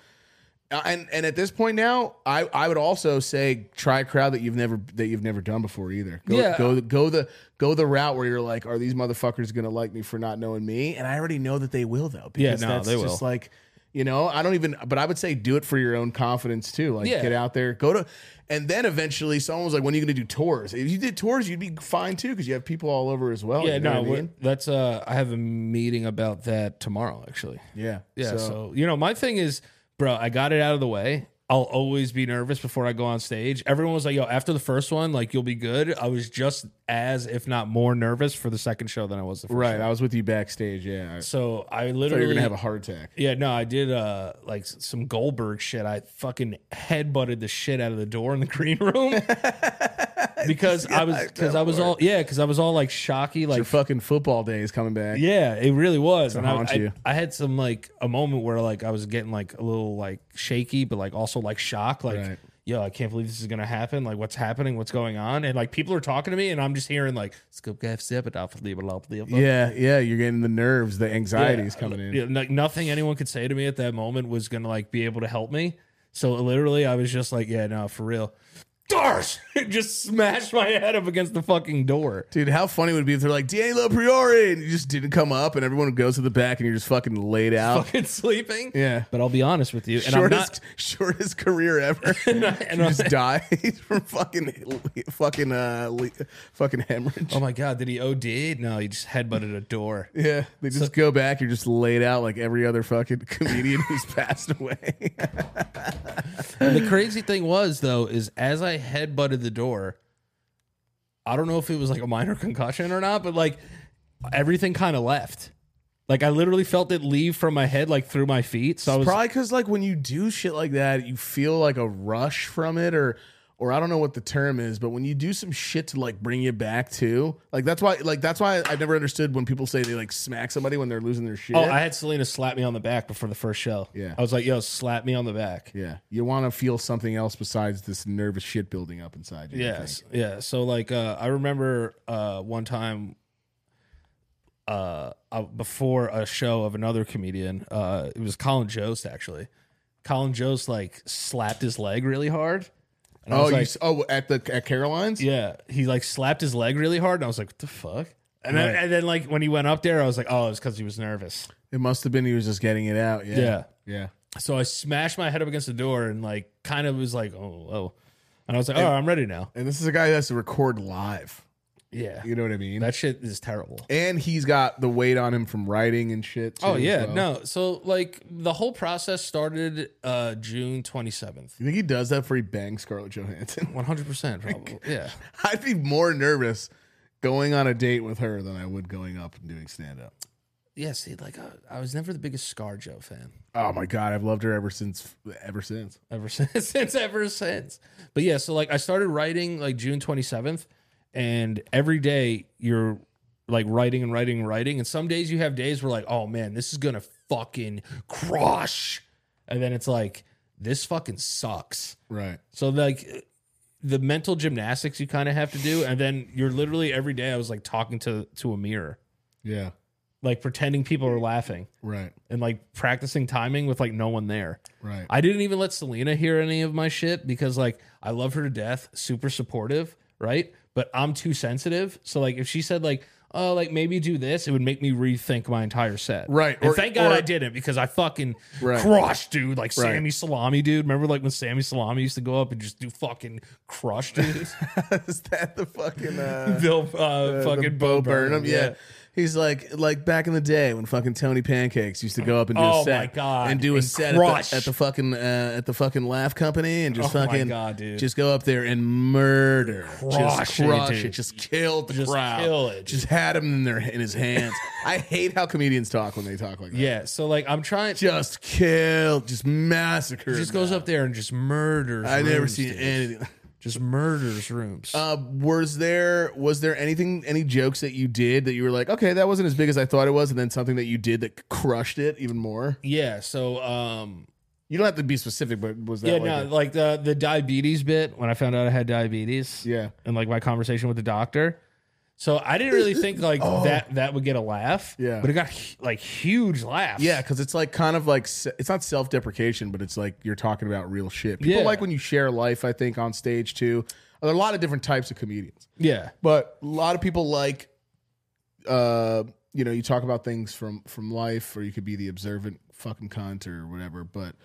Speaker 3: uh, And and at this point now, I, I would also say try a crowd that you've never that you've never done before either. Go,
Speaker 1: Yeah.
Speaker 3: go go the go the route where you're like, are these motherfuckers gonna like me for not knowing me? And I already know that they will though.
Speaker 1: Yeah,
Speaker 3: because
Speaker 1: no,
Speaker 3: that's
Speaker 1: they
Speaker 3: just
Speaker 1: will.
Speaker 3: like you know i don't even but i would say do it for your own confidence too like
Speaker 1: Yeah.
Speaker 3: get out there go to and then eventually someone was like when are you going to do tours if you did tours you'd be fine too because you have people all over as well
Speaker 1: yeah,
Speaker 3: you know
Speaker 1: no,
Speaker 3: what I
Speaker 1: we're-
Speaker 3: mean?
Speaker 1: that's uh, I have a meeting about that tomorrow actually.
Speaker 3: yeah
Speaker 1: Yeah, so. you know, my thing is, bro, I got it out of the way. I'll always be nervous before I go on stage. Everyone was like, "Yo, after the first one, like you'll be good." I was just as, if not more, nervous for the second show than I was the first.
Speaker 3: right
Speaker 1: Show.
Speaker 3: i was with you backstage yeah i
Speaker 1: So I
Speaker 3: thought you
Speaker 1: literally
Speaker 3: were going to have a heart attack
Speaker 1: Yeah, no, I did uh like s- some Goldberg shit. I fucking headbutted the shit out of the door in the green room because I was because I was all yeah because I was all like shocky
Speaker 3: your
Speaker 1: like
Speaker 3: fucking football day is coming back
Speaker 1: yeah it really was and I,
Speaker 3: haunt you.
Speaker 1: I, I had some like a moment where like I was getting like a little like shaky but like also like shock like
Speaker 3: Right.
Speaker 1: yo I can't believe this is gonna happen like what's happening what's going on and like people are talking to me and I'm just hearing like scoop gaff zip it off leave it off, leave it off."
Speaker 3: yeah yeah you're getting the nerves the anxiety is
Speaker 1: Yeah,
Speaker 3: coming in
Speaker 1: yeah, like nothing anyone could say to me at that moment was gonna like be able to help me. So literally, I was just like, "Yeah, no, for real." Darsh! It just smashed my head up against the fucking door.
Speaker 3: Dude, how funny would it be if they're like D'Angelo Priori and you just didn't come up and everyone goes to the back and you're just fucking laid out.
Speaker 1: Fucking sleeping.
Speaker 3: Yeah.
Speaker 1: But I'll be honest with you, and I'm not.
Speaker 3: shortest shortest career ever.
Speaker 1: And
Speaker 3: you
Speaker 1: I'm-
Speaker 3: just died from fucking fucking uh le- fucking hemorrhage.
Speaker 1: Oh my god, did he OD? No, he just headbutted a door.
Speaker 3: yeah, they just go back. You're just laid out like every other fucking comedian who's passed away.
Speaker 1: And the crazy thing was though, is as I headbutted the door, I don't know if it was like a minor concussion or not, but like everything kind of left. Like I literally felt it leave from my head, like through my feet. So I was
Speaker 3: Probably because like when you do shit like that, you feel like a rush from it, or or I don't know what the term is, but when you do some shit to like bring you back to, like that's why like that's why I've never understood when people say they like smack somebody when they're losing their shit.
Speaker 1: Oh, I had Selena slap me on the back before the first show.
Speaker 3: Yeah.
Speaker 1: I was like, yo, slap me on the back.
Speaker 3: yeah, you want to feel something else besides this nervous shit building up inside you. I think.
Speaker 1: Yes. Yeah. So like uh I remember uh one time uh, uh before a show of another comedian, uh it was Colin Jost actually. Colin Jost like slapped his leg really hard. And I
Speaker 3: Oh,
Speaker 1: was
Speaker 3: you
Speaker 1: like,
Speaker 3: s oh, at the at Caroline's.
Speaker 1: Yeah. He like slapped his leg really hard and I was like, what the fuck? And then,
Speaker 3: Right.
Speaker 1: and then like when he went up there, I was like, oh, it's because he was nervous.
Speaker 3: It must have been he was just getting it out. Yeah,
Speaker 1: Yeah.
Speaker 3: yeah.
Speaker 1: So I smashed my head up against the door and like kind of was like, oh, oh. And I was like, oh, I'm ready now.
Speaker 3: And this is a guy that has to record live.
Speaker 1: Yeah.
Speaker 3: You know what I mean?
Speaker 1: That shit is terrible.
Speaker 3: and he's got the weight on him from writing and shit. too,
Speaker 1: Oh
Speaker 3: as
Speaker 1: yeah.
Speaker 3: well.
Speaker 1: No. So like the whole process started uh June 27th.
Speaker 3: You think he does that for he bangs Scarlett Johansson?
Speaker 1: 100% probably. Yeah.
Speaker 3: I'd be more nervous going on a date with her than I would going up and doing stand up.
Speaker 1: Yeah, see like uh, I was never the biggest ScarJo fan
Speaker 3: Oh my god, I've loved her ever since. Ever since.
Speaker 1: ever since since ever since. But yeah, so like I started writing like June 27th and every day you're like writing and writing and writing and some days you have days where like oh man, this is going to fucking crush. And then it's like this fucking sucks.
Speaker 3: Right.
Speaker 1: So like the mental gymnastics you kind of have to do, and then you're literally every day. I was like talking to to a mirror,
Speaker 3: Yeah.
Speaker 1: like pretending people are laughing,
Speaker 3: Right.
Speaker 1: and like practicing timing with like no one there.
Speaker 3: Right.
Speaker 1: I didn't even let Selena hear any of my shit because like I love her to death, super supportive, right? But I'm too sensitive. So like if she said like, oh, like maybe do this, it would make me rethink my entire set.
Speaker 3: Right,
Speaker 1: And
Speaker 3: or-
Speaker 1: thank God
Speaker 3: or-
Speaker 1: I didn't because I fucking
Speaker 3: Right.
Speaker 1: crushed, dude. Like
Speaker 3: Right.
Speaker 1: Sammy Salami, dude. Remember like when Sammy Salami used to go up and just do fucking crush, dude?
Speaker 3: Is that the fucking uh,
Speaker 1: Bill uh, fucking Bo Burnham.
Speaker 3: Yeah. He's like like back in the day when fucking Tony Pancakes used to go up and do
Speaker 1: Oh,
Speaker 3: a set
Speaker 1: my God.
Speaker 3: and do a
Speaker 1: And
Speaker 3: set at
Speaker 1: crush.
Speaker 3: the, at the fucking uh, at the fucking Laugh Company and just
Speaker 1: Oh, my
Speaker 3: fucking
Speaker 1: God, dude.
Speaker 3: just go up there and murder,
Speaker 1: Crush
Speaker 3: just
Speaker 1: it,
Speaker 3: crush it,
Speaker 1: dude.
Speaker 3: just kill the
Speaker 1: Just
Speaker 3: crowd,
Speaker 1: kill it.
Speaker 3: just had him in their in his hands. I hate how comedians talk when they talk like that.
Speaker 1: Yeah, So like I'm trying. She
Speaker 3: just kill, just massacre.
Speaker 1: just
Speaker 3: them.
Speaker 1: goes up there and just murders.
Speaker 3: I never
Speaker 1: rooms,
Speaker 3: seen
Speaker 1: dude.
Speaker 3: anything.
Speaker 1: Just murders rooms.
Speaker 3: Uh, was there was there anything any jokes that you did that you were like okay that wasn't as big as I thought it was and then something that you did that crushed it even more
Speaker 1: yeah. So um,
Speaker 3: you don't have to be specific but was that
Speaker 1: yeah,
Speaker 3: like
Speaker 1: no,
Speaker 3: a-
Speaker 1: like the the diabetes bit when I found out I had diabetes.
Speaker 3: yeah
Speaker 1: and like my conversation with the doctor. So I didn't really think like that that would get a laugh.
Speaker 3: Oh. Yeah.
Speaker 1: but it got hu- like huge laughs.
Speaker 3: yeah because it's like kind of like se- it's not self deprecation but it's like you're talking about real shit people
Speaker 1: Yeah.
Speaker 3: like when you share life I think on stage too there are a lot of different types of comedians
Speaker 1: yeah,
Speaker 3: but a lot of people like uh you know you talk about things from from life or you could be the observant fucking cunt or whatever but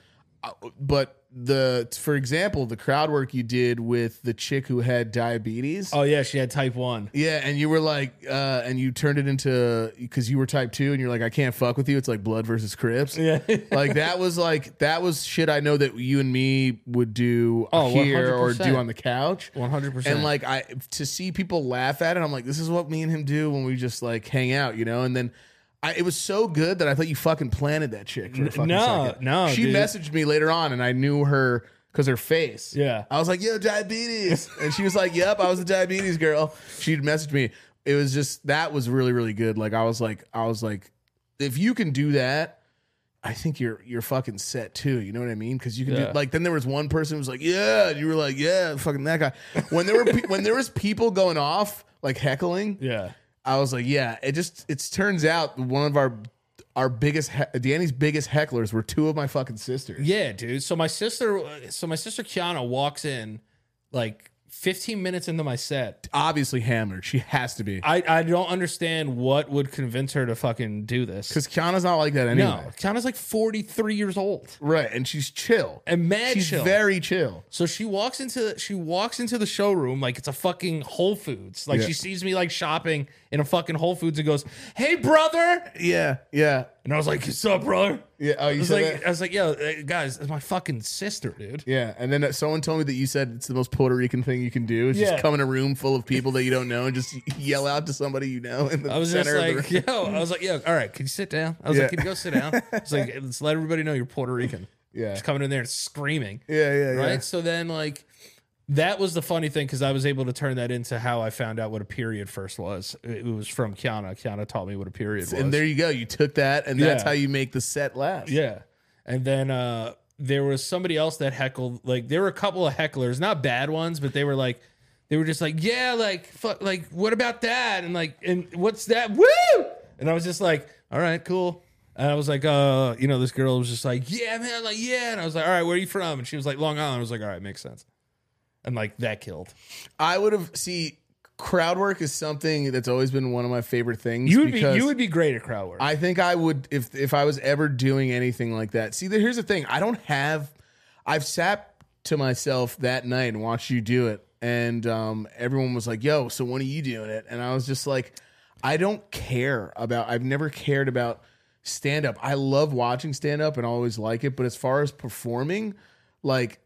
Speaker 3: uh, but the for example the crowd work you did with the chick who had diabetes
Speaker 1: Oh yeah, she had type one.
Speaker 3: yeah and you were like uh and you turned it into because you were type two and you're like i can't fuck with you it's like blood versus crips
Speaker 1: Yeah.
Speaker 3: like that was like that was shit i know that you and me would do
Speaker 1: Oh,
Speaker 3: here or
Speaker 1: 100%.
Speaker 3: do on the couch
Speaker 1: One hundred percent.
Speaker 3: and like I to see people laugh at it, I'm like, this is what me and him do when we just like hang out, you know. And then I, it was so good that I thought you fucking planted that chick. For a fucking
Speaker 1: no,
Speaker 3: second.
Speaker 1: no,
Speaker 3: She
Speaker 1: dude.
Speaker 3: messaged me later on, and I knew her because her face.
Speaker 1: Yeah.
Speaker 3: I was like, yo, diabetes, and she was like, yep, I was a diabetes girl. She'd messaged me. It was just that was really really good. Like I was like I was like, if you can do that. I think you're you're fucking set too. You know what I mean? Because you can
Speaker 1: Yeah.
Speaker 3: do like then there was one person who was like, yeah, and you were like, yeah, fucking that guy. When there were pe- when there was people going off like heckling,
Speaker 1: yeah,
Speaker 3: I was like, yeah. It just it turns out one of our our biggest he- Danny's biggest hecklers were two of my fucking sisters.
Speaker 1: yeah, dude. So my sister, so my sister Kiana walks in, like fifteen minutes into my set.
Speaker 3: Obviously hammered. She has to be
Speaker 1: I I don't understand what would convince her to fucking do this.
Speaker 3: because Kiana's not like that anyway.
Speaker 1: no, Kiana's like forty three years old
Speaker 3: Right, and she's chill.
Speaker 1: and mad
Speaker 3: she's
Speaker 1: chill.
Speaker 3: very chill.
Speaker 1: So she walks into she walks into the showroom like it's a fucking Whole Foods. Like
Speaker 3: Yeah.
Speaker 1: she sees me like shopping in a fucking Whole Foods and goes, "Hey, brother!"
Speaker 3: Yeah, yeah,
Speaker 1: And I was like, "What's up, brother?"
Speaker 3: yeah. Oh,
Speaker 1: I
Speaker 3: you
Speaker 1: was
Speaker 3: said
Speaker 1: like,
Speaker 3: that?
Speaker 1: "I was like, yo, uh, guys, it's my fucking sister, dude."
Speaker 3: Yeah, and then someone told me that you said it's the most Puerto Rican thing you can do. Is
Speaker 1: Yeah.
Speaker 3: just come in a room full of people that you don't know and just yell out to somebody you know in the
Speaker 1: I was just
Speaker 3: center of
Speaker 1: like,
Speaker 3: the room.
Speaker 1: "Yo," I was like, "Yo, all right, can you sit down?" I was
Speaker 3: Yeah.
Speaker 1: like, "Can you go sit down?" It's like, "Let's let everybody know you're Puerto Rican."
Speaker 3: Yeah.
Speaker 1: just coming in there and screaming.
Speaker 3: Yeah, yeah, yeah.
Speaker 1: right? So then, like, that was the funny thing because I was able to turn that into how I found out what a period first was. It was from Kiana. Kiana taught me what a period was.
Speaker 3: And there you go. You took that, and that's
Speaker 1: Yeah.
Speaker 3: how you make the set last.
Speaker 1: yeah. And then uh, there was somebody else that heckled. Like, there were a couple of hecklers, not bad ones, but they were like, they were just like, yeah, like, fuck, like, what about that? And like, and what's that? Woo! And I was just like, all right, cool. And I was like, uh, you know, this girl was just like, yeah, man, like, yeah. And I was like, all right, where are you from? And she was like, Long Island. I was like, all right, makes sense. And like, that killed.
Speaker 3: I would have see crowd work is something that's always been one of my favorite things.
Speaker 1: You would be
Speaker 3: because
Speaker 1: you would be great at crowd work.
Speaker 3: I think I would if if I was ever doing anything like that. See, the, here's the thing. I don't have. I've sat to myself that night and watched you do it, and um, everyone was like, "Yo, so when are you doing it?" And I was just like, "I don't care about. I've never cared about stand up. I love watching stand up and I always like it, but as far as performing, like."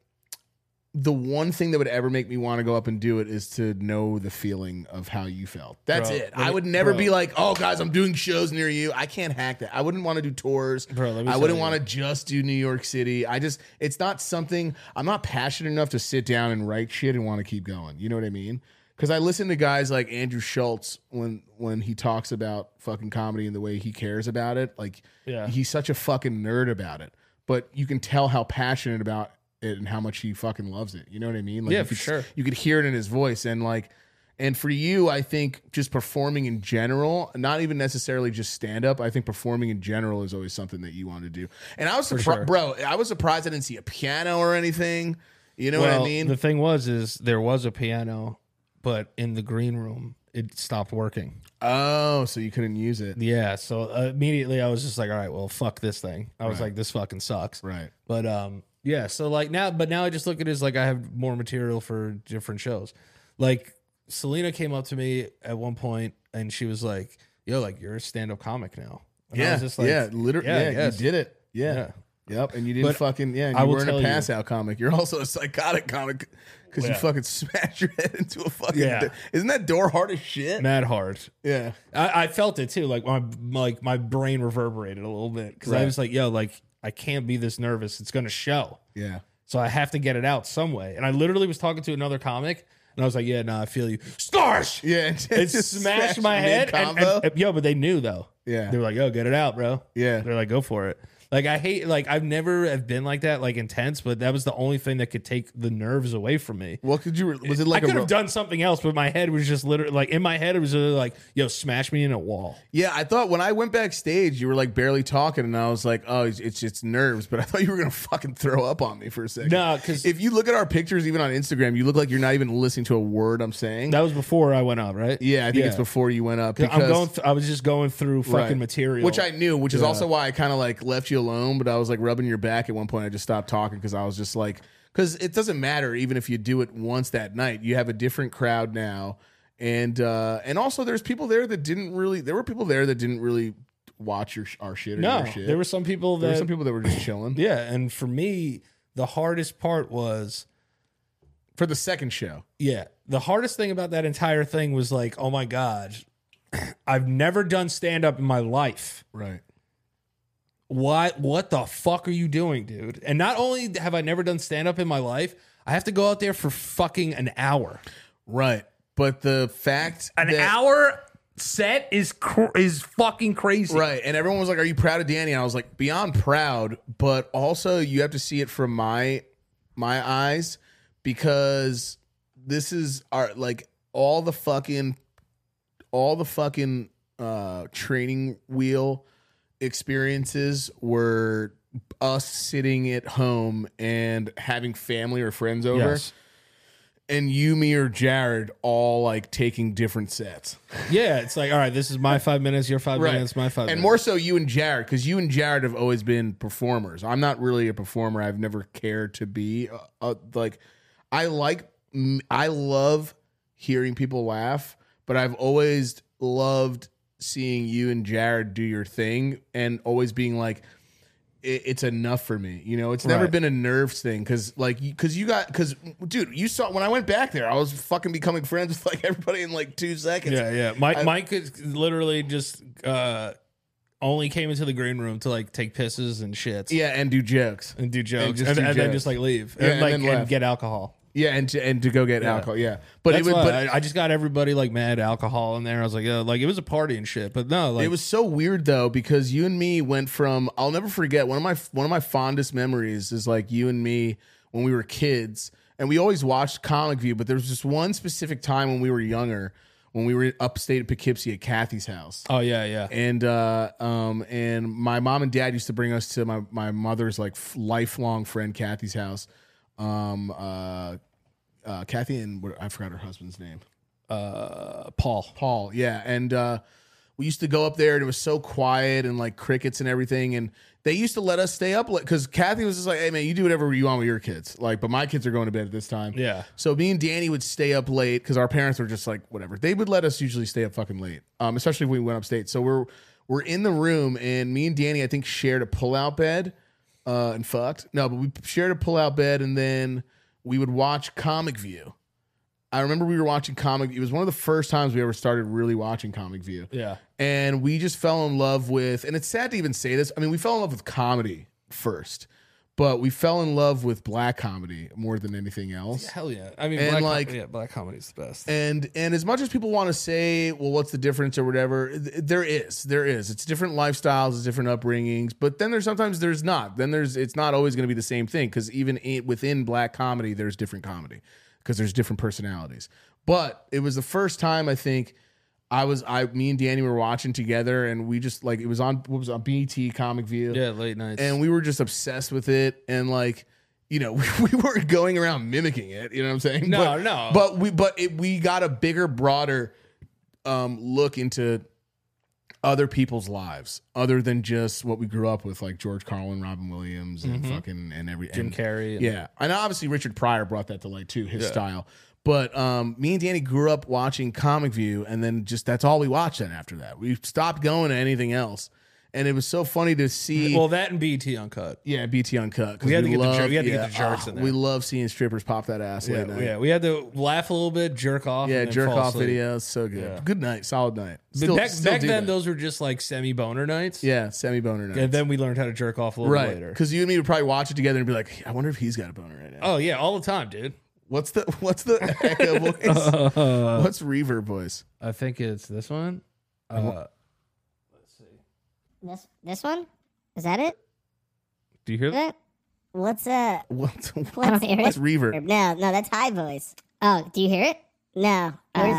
Speaker 3: The one thing that would ever make me want to go up and do it is to know the feeling of how you felt. That's
Speaker 1: Bro,
Speaker 3: it.
Speaker 1: let
Speaker 3: I
Speaker 1: me-
Speaker 3: would never
Speaker 1: bro.
Speaker 3: be like, oh, guys, I'm doing shows near you. I can't hack that. I wouldn't want to do tours.
Speaker 1: Bro, let me
Speaker 3: I
Speaker 1: tell
Speaker 3: wouldn't
Speaker 1: you.
Speaker 3: want to just do New York City. I just, it's not something, I'm not passionate enough to sit down and write shit and want to keep going. You know what I mean? Because I listen to guys like Andrew Schultz when when he talks about fucking comedy and the way he cares about it. Like,
Speaker 1: Yeah.
Speaker 3: he's such a fucking nerd about it. But you can tell how passionate about it and how much he fucking loves it. You know what I mean? Like,
Speaker 1: Yeah,
Speaker 3: you
Speaker 1: for
Speaker 3: could-
Speaker 1: sure.
Speaker 3: You could hear it in his voice, and like, and for you, I think just performing in general, not even necessarily just stand up. I think performing in general is always something that you want to do. And I was surprised,
Speaker 1: sure.
Speaker 3: bro. I was surprised I didn't see a piano or anything. You know what I mean?
Speaker 1: The thing was is there was a piano, but in the green room it stopped working.
Speaker 3: Oh, so you couldn't use it.
Speaker 1: Yeah, so uh, immediately I was just like, all right, well, fuck this thing. I was like, this fucking sucks.
Speaker 3: Right.
Speaker 1: But um, yeah. So like now, but now I just look at it as like I have more material for different shows. Like Selena came up to me at one point and she was like, "Yo, like you're a stand up comic now." And I
Speaker 3: Yeah.
Speaker 1: was just like,
Speaker 3: yeah. Literally. Yeah.
Speaker 1: yes.
Speaker 3: You did it. Yeah. Yep. And you didn't
Speaker 1: But
Speaker 3: fucking yeah. And
Speaker 1: I
Speaker 3: you
Speaker 1: will
Speaker 3: weren't
Speaker 1: tell
Speaker 3: a
Speaker 1: you-
Speaker 3: pass out comic. You're also a psychotic comic because you
Speaker 1: Yeah.
Speaker 3: fucking smash your head into a fucking.
Speaker 1: Yeah.
Speaker 3: do- Isn't that door hard as shit?
Speaker 1: mad hard.
Speaker 3: Yeah.
Speaker 1: I, I felt it too. Like my like my brain reverberated a little bit because I
Speaker 3: Right.
Speaker 1: was like, "Yo, like I can't be this nervous. It's gonna show."
Speaker 3: Yeah.
Speaker 1: So I have to get it out some way. And I literally was talking to another comic and I was like, yeah, no, I feel you. Starsh!
Speaker 3: Yeah.
Speaker 1: It
Speaker 3: just
Speaker 1: smashed my head. And,
Speaker 3: mid-combo.
Speaker 1: and- and- yo, but they knew though.
Speaker 3: Yeah.
Speaker 1: They were like, yo, get it out, bro.
Speaker 3: Yeah.
Speaker 1: They're like, go for it. Like I hate like I've never have been like that, like intense, but that was the only thing that could take the nerves away from me.
Speaker 3: what could you? re- Was it like
Speaker 1: I
Speaker 3: a
Speaker 1: could
Speaker 3: ro-
Speaker 1: have done something else, but my head was just literally like in my head it was literally like, yo, smash me in a wall.
Speaker 3: Yeah, I thought when I went backstage, you were like barely talking, and I was like, "Oh, it's it's, it's nerves." But I thought you were gonna fucking throw up on me for a second.
Speaker 1: No, 'cause-
Speaker 3: if you look at our pictures, even on Instagram, you look like you're not even listening to a word I'm saying.
Speaker 1: That was before I went up, right?
Speaker 3: yeah, I think it's before you went up.
Speaker 1: I'm going th- I was just going through fucking
Speaker 3: right.
Speaker 1: material.
Speaker 3: which I knew, which is
Speaker 1: Yeah.
Speaker 3: also why I kind of like left you alone. But I was like rubbing your back at one point. I just stopped talking because I was just like, because it doesn't matter even if you do it once that night. You have a different crowd now, and uh and also there's people there that didn't really. There were people there that didn't really watch your sh- our shit or
Speaker 1: No,
Speaker 3: your shit.
Speaker 1: there were some people
Speaker 3: There
Speaker 1: that
Speaker 3: were some people that were just chilling
Speaker 1: Yeah, and for me, the hardest part was
Speaker 3: for the second show.
Speaker 1: yeah, the hardest thing about that entire thing was like, oh my god, I've never done stand up in my life.
Speaker 3: Right.
Speaker 1: Why what the fuck are you doing, dude? And not only have I never done stand up in my life, I have to go out there for fucking an hour.
Speaker 3: Right. But the fact
Speaker 1: An
Speaker 3: that-
Speaker 1: hour set is cr- is fucking crazy.
Speaker 3: Right. And everyone was like, Are you proud of Danny? And I was like, Beyond proud, but also you have to see it from my my eyes because this is our like all the fucking all the fucking uh training wheel experiences were us sitting at home and having family or friends over
Speaker 1: Yes.
Speaker 3: and you me or jared all like taking different sets
Speaker 1: Yeah, it's like all right, this is my 5 minutes, your 5 minutes, my 5
Speaker 3: and
Speaker 1: minutes.
Speaker 3: more so you and Jared, because you and Jared have always been performers. I'm not really a performer. I've never cared to be. Uh, uh, like, I like, m- I love hearing people laugh, but I've always loved seeing you and Jared do your thing, and always being like, it, it's enough for me. You know, it's never
Speaker 1: Right.
Speaker 3: been a nerves thing because like because you got because dude, you saw when I went back there, I was fucking becoming friends with like everybody in like two seconds.
Speaker 1: Yeah, yeah. Mike,
Speaker 3: I-
Speaker 1: Mike is literally just uh, only came into the green room to like take pisses and shits,
Speaker 3: yeah, and do jokes.
Speaker 1: and do jokes, and,
Speaker 3: just do
Speaker 1: and then
Speaker 3: jokes.
Speaker 1: just like leave,
Speaker 3: Yeah,
Speaker 1: and,
Speaker 3: and
Speaker 1: like
Speaker 3: then
Speaker 1: and
Speaker 3: left.
Speaker 1: get alcohol.
Speaker 3: Yeah, and to and to go get alcohol. Yeah, but
Speaker 1: That's
Speaker 3: it
Speaker 1: why
Speaker 3: was but
Speaker 1: I, I just got everybody like mad alcohol in there. I was like, yeah, like it was a party and shit, but no, like
Speaker 3: it was so weird though because you and me went from I'll never forget one of my one of my fondest memories is like you and me when we were kids and we always watched Comic View, but there was just one specific time when we were younger when we were upstate at Poughkeepsie at Kathy's house.
Speaker 1: oh yeah, yeah,
Speaker 3: and uh, um, and my mom and dad used to bring us to my my mother's like f- lifelong friend Kathy's house. Um, uh, uh, Kathy and what, I forgot her husband's name.
Speaker 1: uh, Paul.
Speaker 3: Paul, yeah, and uh, we used to go up there, and it was so quiet and like crickets and everything. And they used to let us stay up because Kathy was just like, "Hey, man, you do whatever you want with your kids." Like, but my kids are going to bed at this time.
Speaker 1: Yeah.
Speaker 3: So me and Danny would stay up late because our parents were just like, whatever. They would let us usually stay up fucking late, um, especially if we went upstate. So we're we're in the room, and me and Danny, I think, shared a pull out bed uh, and fucked. No, but we shared a pull out bed, and then we would watch Comic View. I remember we were watching Comic. It was one of the first times we ever started really watching Comic View.
Speaker 1: Yeah.
Speaker 3: And we just fell in love with, and it's sad to even say this. I mean, we fell in love with comedy first, but we fell in love with black comedy more than anything else.
Speaker 1: Hell yeah! I mean,
Speaker 3: And,
Speaker 1: black com-
Speaker 3: like-
Speaker 1: yeah, black comedy's the best.
Speaker 3: And and as much as people want to say, well, what's the difference or whatever, th- there is, there is. It's different lifestyles, it's different upbringings, but then there's sometimes there's not. Then there's it's not always going to be the same thing because even i- within black comedy, there's different comedy because there's different personalities. But it was the first time I think I was I me and Danny were watching together, and we just like it was on what was it, on BT Comic View,
Speaker 1: yeah, late nights.
Speaker 3: and we were just obsessed with it and like you know we, weren't going around mimicking it you know what i'm saying
Speaker 1: No,
Speaker 3: but,
Speaker 1: no.
Speaker 3: but we but it, we got a bigger broader um, look into other people's lives other than just what we grew up with, like George Carlin, Robin Williams, and fucking and every
Speaker 1: Mm-hmm. Jim
Speaker 3: and-
Speaker 1: Carrey. and-
Speaker 3: yeah, and obviously Richard Pryor brought that to light too, his
Speaker 1: Yeah.
Speaker 3: style. But um, me and Danny grew up watching Comic View, and then just that's all we watched. Then after that, we stopped going to anything else, and it was so funny to see.
Speaker 1: Well, that and BT Uncut.
Speaker 3: yeah, BT Uncut. 'cause
Speaker 1: We had to get the jer-
Speaker 3: love,
Speaker 1: we had to get
Speaker 3: yeah,
Speaker 1: the jerks in
Speaker 3: ah,
Speaker 1: there.
Speaker 3: We love seeing strippers pop that ass
Speaker 1: Yeah,
Speaker 3: late night.
Speaker 1: yeah, we had to laugh a little bit, jerk off.
Speaker 3: Yeah,
Speaker 1: and then
Speaker 3: jerk
Speaker 1: fall
Speaker 3: off
Speaker 1: asleep.
Speaker 3: videos, so good.
Speaker 1: Yeah.
Speaker 3: Good night, solid night.
Speaker 1: But
Speaker 3: Still-
Speaker 1: back
Speaker 3: still
Speaker 1: back
Speaker 3: do
Speaker 1: then,
Speaker 3: that.
Speaker 1: those were just like semi boner nights.
Speaker 3: yeah, semi boner nights.
Speaker 1: And then we learned how to jerk off a little bit
Speaker 3: right,
Speaker 1: later.
Speaker 3: because you and me would probably watch it together and be like, I wonder if he's got a boner right now.
Speaker 1: Oh yeah, all the time, dude.
Speaker 3: What's the what's the echo voice?
Speaker 1: Uh.
Speaker 3: what's reverb voice?
Speaker 1: I think it's this one. Uh,
Speaker 4: This this one? Is that it?
Speaker 1: do you hear
Speaker 4: Is
Speaker 1: that?
Speaker 4: that? What's uh
Speaker 3: What's
Speaker 4: I don't hear
Speaker 3: what's
Speaker 4: it.
Speaker 3: reverb?
Speaker 4: No, no, that's high voice. Oh, do you hear it? No. Where's-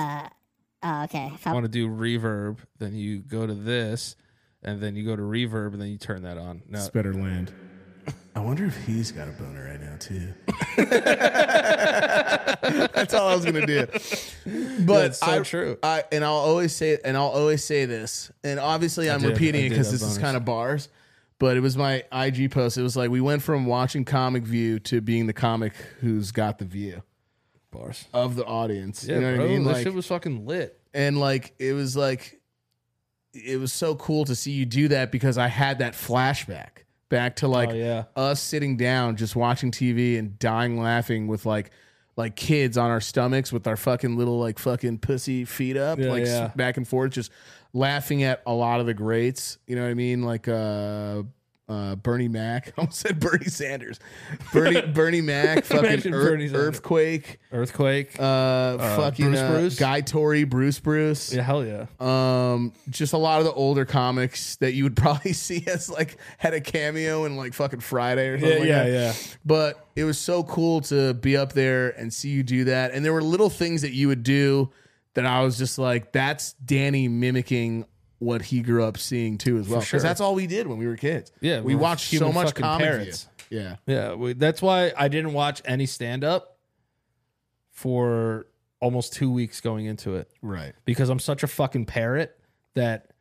Speaker 4: Uh, oh, okay. If
Speaker 1: I
Speaker 4: I-
Speaker 1: want to do reverb. Then you go to this, and then you go to reverb, and then you turn that on. No,
Speaker 3: It's better land. I wonder if he's got a boner right now too. That's all I was gonna do. But
Speaker 1: That's so
Speaker 3: I,
Speaker 1: true.
Speaker 3: I and I'll always say and I'll always say this. And obviously I'm
Speaker 1: did,
Speaker 3: repeating
Speaker 1: I
Speaker 3: it
Speaker 1: did
Speaker 3: because
Speaker 1: have
Speaker 3: this is
Speaker 1: boners.
Speaker 3: kind of bars. But it was my IG post. It was like we went from watching Comic View to being the comic who's got the view
Speaker 1: bars.
Speaker 3: of the audience.
Speaker 1: Yeah,
Speaker 3: you know
Speaker 1: bro,
Speaker 3: what I mean?
Speaker 1: that
Speaker 3: Like-
Speaker 1: shit was fucking lit.
Speaker 3: and like it was like it was so cool to see you do that because I had that flashback back to like
Speaker 1: oh yeah,
Speaker 3: us sitting down just watching TV and dying laughing with like like kids on our stomachs with our fucking little like fucking pussy feet up
Speaker 1: Yeah,
Speaker 3: like s-
Speaker 1: yeah.
Speaker 3: back and forth just laughing at a lot of the greats you know what I mean like uh uh, Bernie Mac, I almost said Bernie Sanders. Bernie Bernie Mac, fucking
Speaker 1: Imagine
Speaker 3: ear-
Speaker 1: Bernie Sanders.
Speaker 3: earthquake,
Speaker 1: earthquake.
Speaker 3: uh, fucking
Speaker 1: Bruce
Speaker 3: uh,
Speaker 1: Bruce?
Speaker 3: Guy Tory, Bruce Bruce
Speaker 1: yeah, hell yeah.
Speaker 3: um just a lot of the older comics that you would probably see as like had a cameo in like fucking friday or something like that.
Speaker 1: yeah.
Speaker 3: but it was so cool to be up there and see you do that and there were little things that you would do that i was just like that's danny mimicking what he grew up seeing too as well because
Speaker 1: sure.
Speaker 3: that's all we did when we were kids
Speaker 1: Yeah,
Speaker 3: we,
Speaker 1: we were
Speaker 3: watched so
Speaker 1: human
Speaker 3: much
Speaker 1: fucking
Speaker 3: comic
Speaker 1: parrots.
Speaker 3: View. yeah
Speaker 1: Yeah, we, that's why I didn't watch any stand up for almost two weeks going into it
Speaker 3: right
Speaker 1: because I'm such a fucking parrot that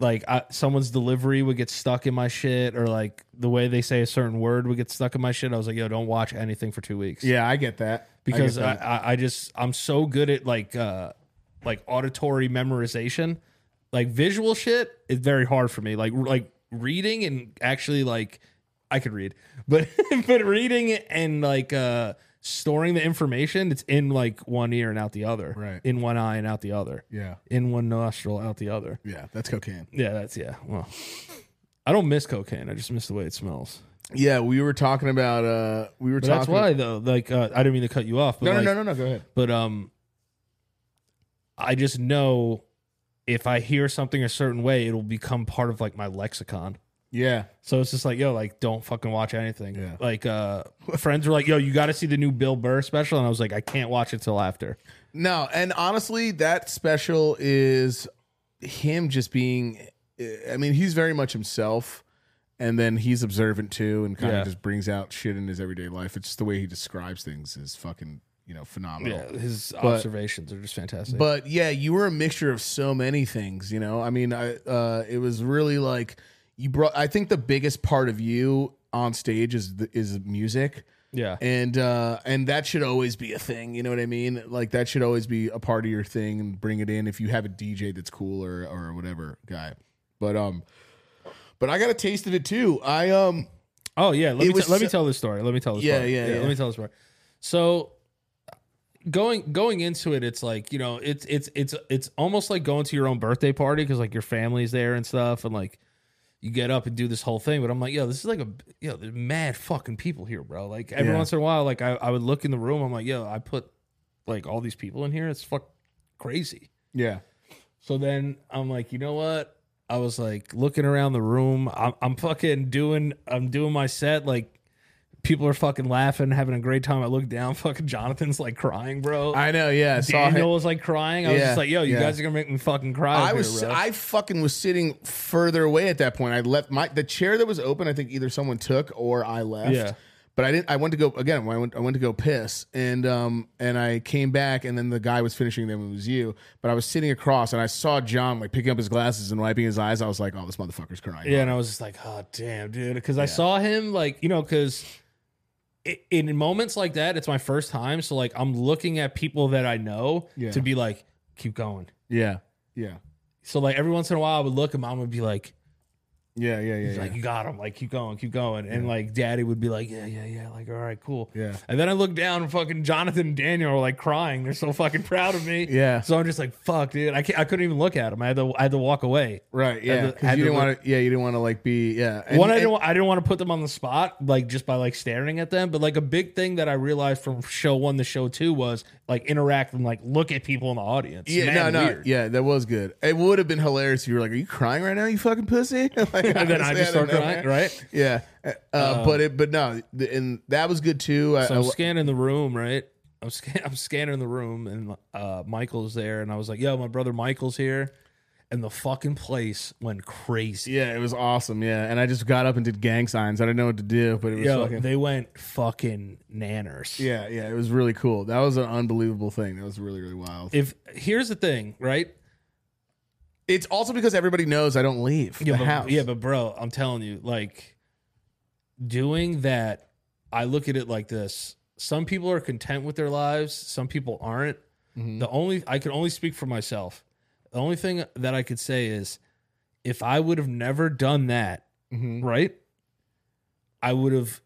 Speaker 1: like I, someone's delivery would get stuck in my shit or like the way they say a certain word would get stuck in my shit. I was like, yo, don't watch anything for two weeks.
Speaker 3: yeah i get that I get
Speaker 1: because I,
Speaker 3: that.
Speaker 1: I, I just I'm so good at like uh like auditory memorization. Like visual shit is very hard for me. Like like reading and actually like I could read, but but reading and like uh storing the information, it's in like one ear and out the other.
Speaker 3: Right.
Speaker 1: In one eye and out the other.
Speaker 3: yeah
Speaker 1: In one nostril, out the other.
Speaker 3: yeah that's cocaine
Speaker 1: Yeah, that's yeah. Well, I don't miss cocaine. I just miss the way it smells.
Speaker 3: yeah we were talking about uh we were
Speaker 1: But
Speaker 3: talking
Speaker 1: that's why though. Like uh, I didn't mean to cut you off. But
Speaker 3: no,
Speaker 1: like,
Speaker 3: no no no no go ahead
Speaker 1: but um i just know if i hear something a certain way it'll become part of like my lexicon
Speaker 3: yeah
Speaker 1: so it's just like yo like don't fucking watch anything
Speaker 3: Yeah.
Speaker 1: like uh friends were like yo you gotta see the new bill burr special and i was like i can't watch it till after
Speaker 3: No, and honestly, that special is him just being. I mean, he's very much himself, and then he's observant too, and kind
Speaker 1: Yeah.
Speaker 3: of just brings out shit in his everyday life. It's just the way he describes things is fucking you know phenomenal.
Speaker 1: yeah his observations are just fantastic
Speaker 3: But yeah, you were a mixture of so many things. You know, I mean, I uh, it was really like you brought. I think the biggest part of you on stage is the, is music
Speaker 1: yeah
Speaker 3: and uh and that should always be a thing you know what i mean like that should always be a part of your thing and bring it in if you have a dj that's cool or or whatever guy but um but i got a taste of it too i um
Speaker 1: oh yeah let, me,
Speaker 3: was
Speaker 1: t- let me
Speaker 3: so-
Speaker 1: tell this story let me tell this
Speaker 3: Yeah,
Speaker 1: part.
Speaker 3: yeah, yeah.
Speaker 1: let me tell this story so going going into it it's like you know it's it's it's it's almost like going to your own birthday party because like your family's there and stuff and like you get up and do this whole thing but i'm like yo this is like a yo there's mad fucking people here bro like every
Speaker 3: Yeah.
Speaker 1: once in a while like I, I would look in the room i'm like yo i put like all these people in here it's fuck crazy
Speaker 3: yeah
Speaker 1: so then I'm like, you know what? I was like looking around the room. I'm, I'm fucking doing. I'm doing my set. Like people are fucking laughing, having a great time. I look down. Fucking Jonathan's like crying, bro.
Speaker 3: i know yeah I saw
Speaker 1: Daniel
Speaker 3: him.
Speaker 1: was like crying. I was
Speaker 3: Yeah,
Speaker 1: just like, yo, you
Speaker 3: yeah.
Speaker 1: guys are gonna make me fucking cry.
Speaker 3: i
Speaker 1: over
Speaker 3: was
Speaker 1: here, bro.
Speaker 3: i fucking was sitting further away at that point i left my the chair that was open i think either someone took or i left
Speaker 1: Yeah.
Speaker 3: But I didn't. I went to go again. I went. I went to go piss, and um, and I came back, and then the guy was finishing them. It was you, but I was sitting across, and I saw John like picking up his glasses and wiping his eyes. I was like, "Oh, this motherfucker's crying."
Speaker 1: Yeah, and I was just like, oh damn, dude, because I saw him like you know because in moments like that, it's my first time, so like I'm looking at people that I know
Speaker 3: Yeah.
Speaker 1: to be like, keep going.
Speaker 3: yeah, yeah,
Speaker 1: So like every once in a while, I would look and mom would be like,
Speaker 3: yeah, yeah, yeah.
Speaker 1: He's
Speaker 3: yeah.
Speaker 1: like, you got him. Like, keep going, keep going. And like, daddy would be like, yeah, yeah, yeah. Like, all right, cool.
Speaker 3: Yeah.
Speaker 1: And then I look down and fucking Jonathan and Daniel are like crying. They're so fucking proud of me.
Speaker 3: Yeah.
Speaker 1: So I'm just like, fuck, dude. I, can't, I couldn't even look at him. I had to, I had to walk away.
Speaker 3: Right, yeah,
Speaker 1: the-
Speaker 3: 'cause
Speaker 1: had
Speaker 3: you
Speaker 1: the
Speaker 3: didn't want to. Yeah, you didn't want to like be. Yeah, And-
Speaker 1: One, I
Speaker 3: and-
Speaker 1: didn't, wa- I didn't want to put them on the spot, like just by like staring at them. But like a big thing that I realized from show one to show two was like interact and like look at people in the audience.
Speaker 3: Yeah,
Speaker 1: Mad
Speaker 3: no, no,
Speaker 1: weird.
Speaker 3: yeah, that was good. It would have been hilarious if you were like, "Are you crying right now, you fucking pussy?" Like,
Speaker 1: And then I
Speaker 3: honestly,
Speaker 1: just
Speaker 3: don't
Speaker 1: start
Speaker 3: know,
Speaker 1: crying,
Speaker 3: man.
Speaker 1: right? Um,
Speaker 3: Yeah, uh, but it, but no, the, and that was good too. I,
Speaker 1: So I'm
Speaker 3: I-
Speaker 1: scanning the room, right? I'm scan- I'm scanning the room, and uh, Michael's there, and I was like, "Yo, my brother Michael's here," and the fucking place went crazy.
Speaker 3: yeah, it was awesome. Yeah, and I just got up and did gang signs. I didn't know what to do, but it was
Speaker 1: Yo,
Speaker 3: fucking.
Speaker 1: they went fucking nanners.
Speaker 3: yeah, yeah, it was really cool. That was an unbelievable thing. That was really, really wild.
Speaker 1: If here's the thing, right?
Speaker 3: it's also because everybody knows I don't leave
Speaker 1: Yeah,
Speaker 3: the
Speaker 1: but,
Speaker 3: house.
Speaker 1: yeah, but bro, I'm telling you, like doing that, I look at it like this. Some people are content with their lives, some people aren't. The only I can only speak for myself. The only thing that I could say is if I would have never done that,
Speaker 3: Mm-hmm.
Speaker 1: right? I would have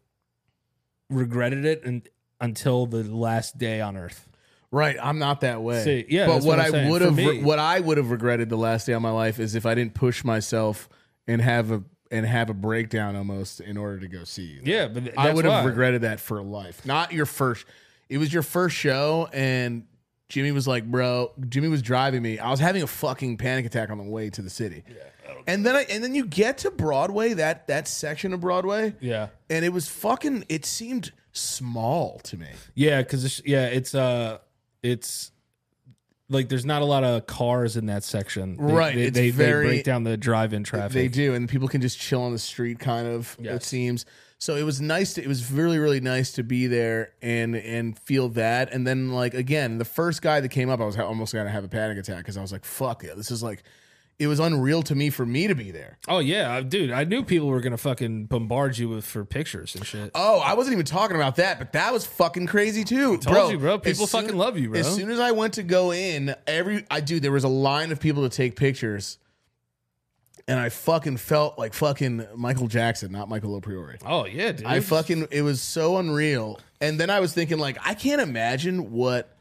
Speaker 1: regretted it and until the last day on earth.
Speaker 3: Right, I'm not that way.
Speaker 1: See, yeah,
Speaker 3: but
Speaker 1: that's
Speaker 3: what,
Speaker 1: what I'm
Speaker 3: I
Speaker 1: saying.
Speaker 3: would
Speaker 1: For
Speaker 3: have,
Speaker 1: me-
Speaker 3: what I would have regretted the last day of my life is if I didn't push myself and have a and have a breakdown almost in order to go see you.
Speaker 1: Yeah, but th-
Speaker 3: I
Speaker 1: that's
Speaker 3: would have
Speaker 1: why.
Speaker 3: regretted that for life. Not your first. It was your first show, and Jimmy was like, "Bro, Jimmy was driving me. I was having a fucking panic attack on the way to the city." and then I and then you get to Broadway that that section of Broadway,
Speaker 1: Yeah.
Speaker 3: and it was fucking. It seemed small to me.
Speaker 1: Yeah, because it's, yeah, it's uh, it's like there's not a lot of cars in that section. They-
Speaker 3: Right,
Speaker 1: They,
Speaker 3: it's
Speaker 1: they,
Speaker 3: very-
Speaker 1: they break down the drive-in traffic.
Speaker 3: They do, and people can just chill on the street, kind of. It
Speaker 1: Yes.
Speaker 3: seems so. It was nice. To, it was really, really nice to be there and and feel that. And then, like again, the first guy that came up, I was ha- almost gonna have a panic attack because I was like, "Fuck yeah, this is like." It was unreal to me for me to be there.
Speaker 1: Oh yeah, I- dude, I knew people were gonna fucking bombard you with for pictures and shit.
Speaker 3: Oh, I wasn't even talking about that, but that was fucking crazy too,
Speaker 1: told
Speaker 3: bro.
Speaker 1: you, bro.
Speaker 3: as
Speaker 1: People fucking love you, bro.
Speaker 3: As soon as I went to go in, every I do, there was a line of people to take pictures, and I fucking felt like fucking Michael Jackson, not Michael Lopriori.
Speaker 1: Oh yeah, dude.
Speaker 3: I fucking it was so unreal. And then I was thinking like I can't imagine what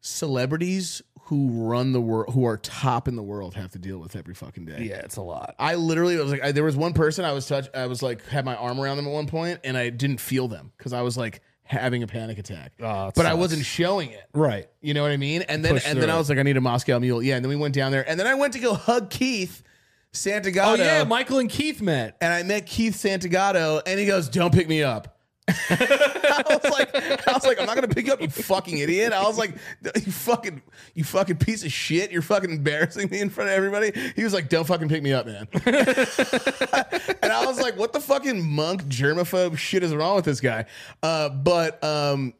Speaker 3: celebrities who run the world who are top in the world have to deal with every fucking day.
Speaker 1: yeah, it's a lot.
Speaker 3: I literally was like I, there was one person I was touch I was like had my arm around them at one point and I didn't feel them cuz I was like having a panic attack.
Speaker 1: Oh, it
Speaker 3: but I
Speaker 1: sucks.
Speaker 3: wasn't showing it.
Speaker 1: Right.
Speaker 3: You know what I mean? And then
Speaker 1: Push
Speaker 3: and then
Speaker 1: through.
Speaker 3: I was like I need a Moscow mule. Yeah, and then we went down there and then I went to go hug Keith
Speaker 1: Oh
Speaker 3: Santagato
Speaker 1: yeah, Michael and Keith met.
Speaker 3: and I met Keith Santagato, and he goes, "Don't pick me up." I was like, I was like, I'm not gonna pick you up, you fucking idiot. I was like, you fucking, you fucking piece of shit. You're fucking embarrassing me in front of everybody. He was like, don't fucking pick me up, man. and I was like, what the fucking monk germaphobe shit is wrong with this guy? Uh, but um,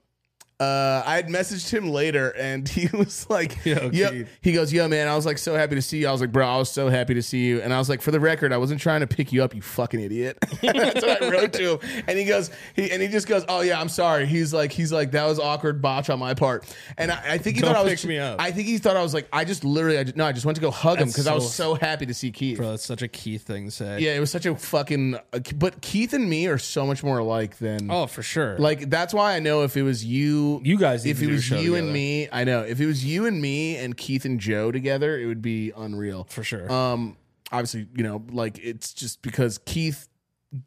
Speaker 3: uh, I had messaged him later, and he was like,
Speaker 1: Yo,
Speaker 3: "Yo,"
Speaker 1: Keith.
Speaker 3: he goes, "Yo, man, I was like so happy to see you." I was like, "Bro, I was so happy to see you," and I was like, "For the record, I wasn't trying to pick you up, you fucking idiot." That's what I wrote to him, and he goes, he and he just goes, "Oh yeah, I'm sorry." He's like, he's like, "That was awkward botch on my part," and I, I think he
Speaker 1: Don't
Speaker 3: thought I was,
Speaker 1: pick me up.
Speaker 3: I think he thought I was like, I just literally, I just, no, I just went to go hug him
Speaker 1: That's
Speaker 3: because I was
Speaker 1: so-
Speaker 3: so happy to see Keith.
Speaker 1: Bro, that's such a Keith thing to say.
Speaker 3: Yeah, it was such a fucking. But Keith and me are so much more alike than.
Speaker 1: Oh, for sure.
Speaker 3: Like that's why I know if it was you,
Speaker 1: You guys
Speaker 3: if
Speaker 1: even
Speaker 3: it
Speaker 1: do a
Speaker 3: was
Speaker 1: show
Speaker 3: you
Speaker 1: together.
Speaker 3: and me, I know if it was you and me and Keith and Joe together, it would be unreal
Speaker 1: for sure.
Speaker 3: Um, obviously, you know, like it's just because Keith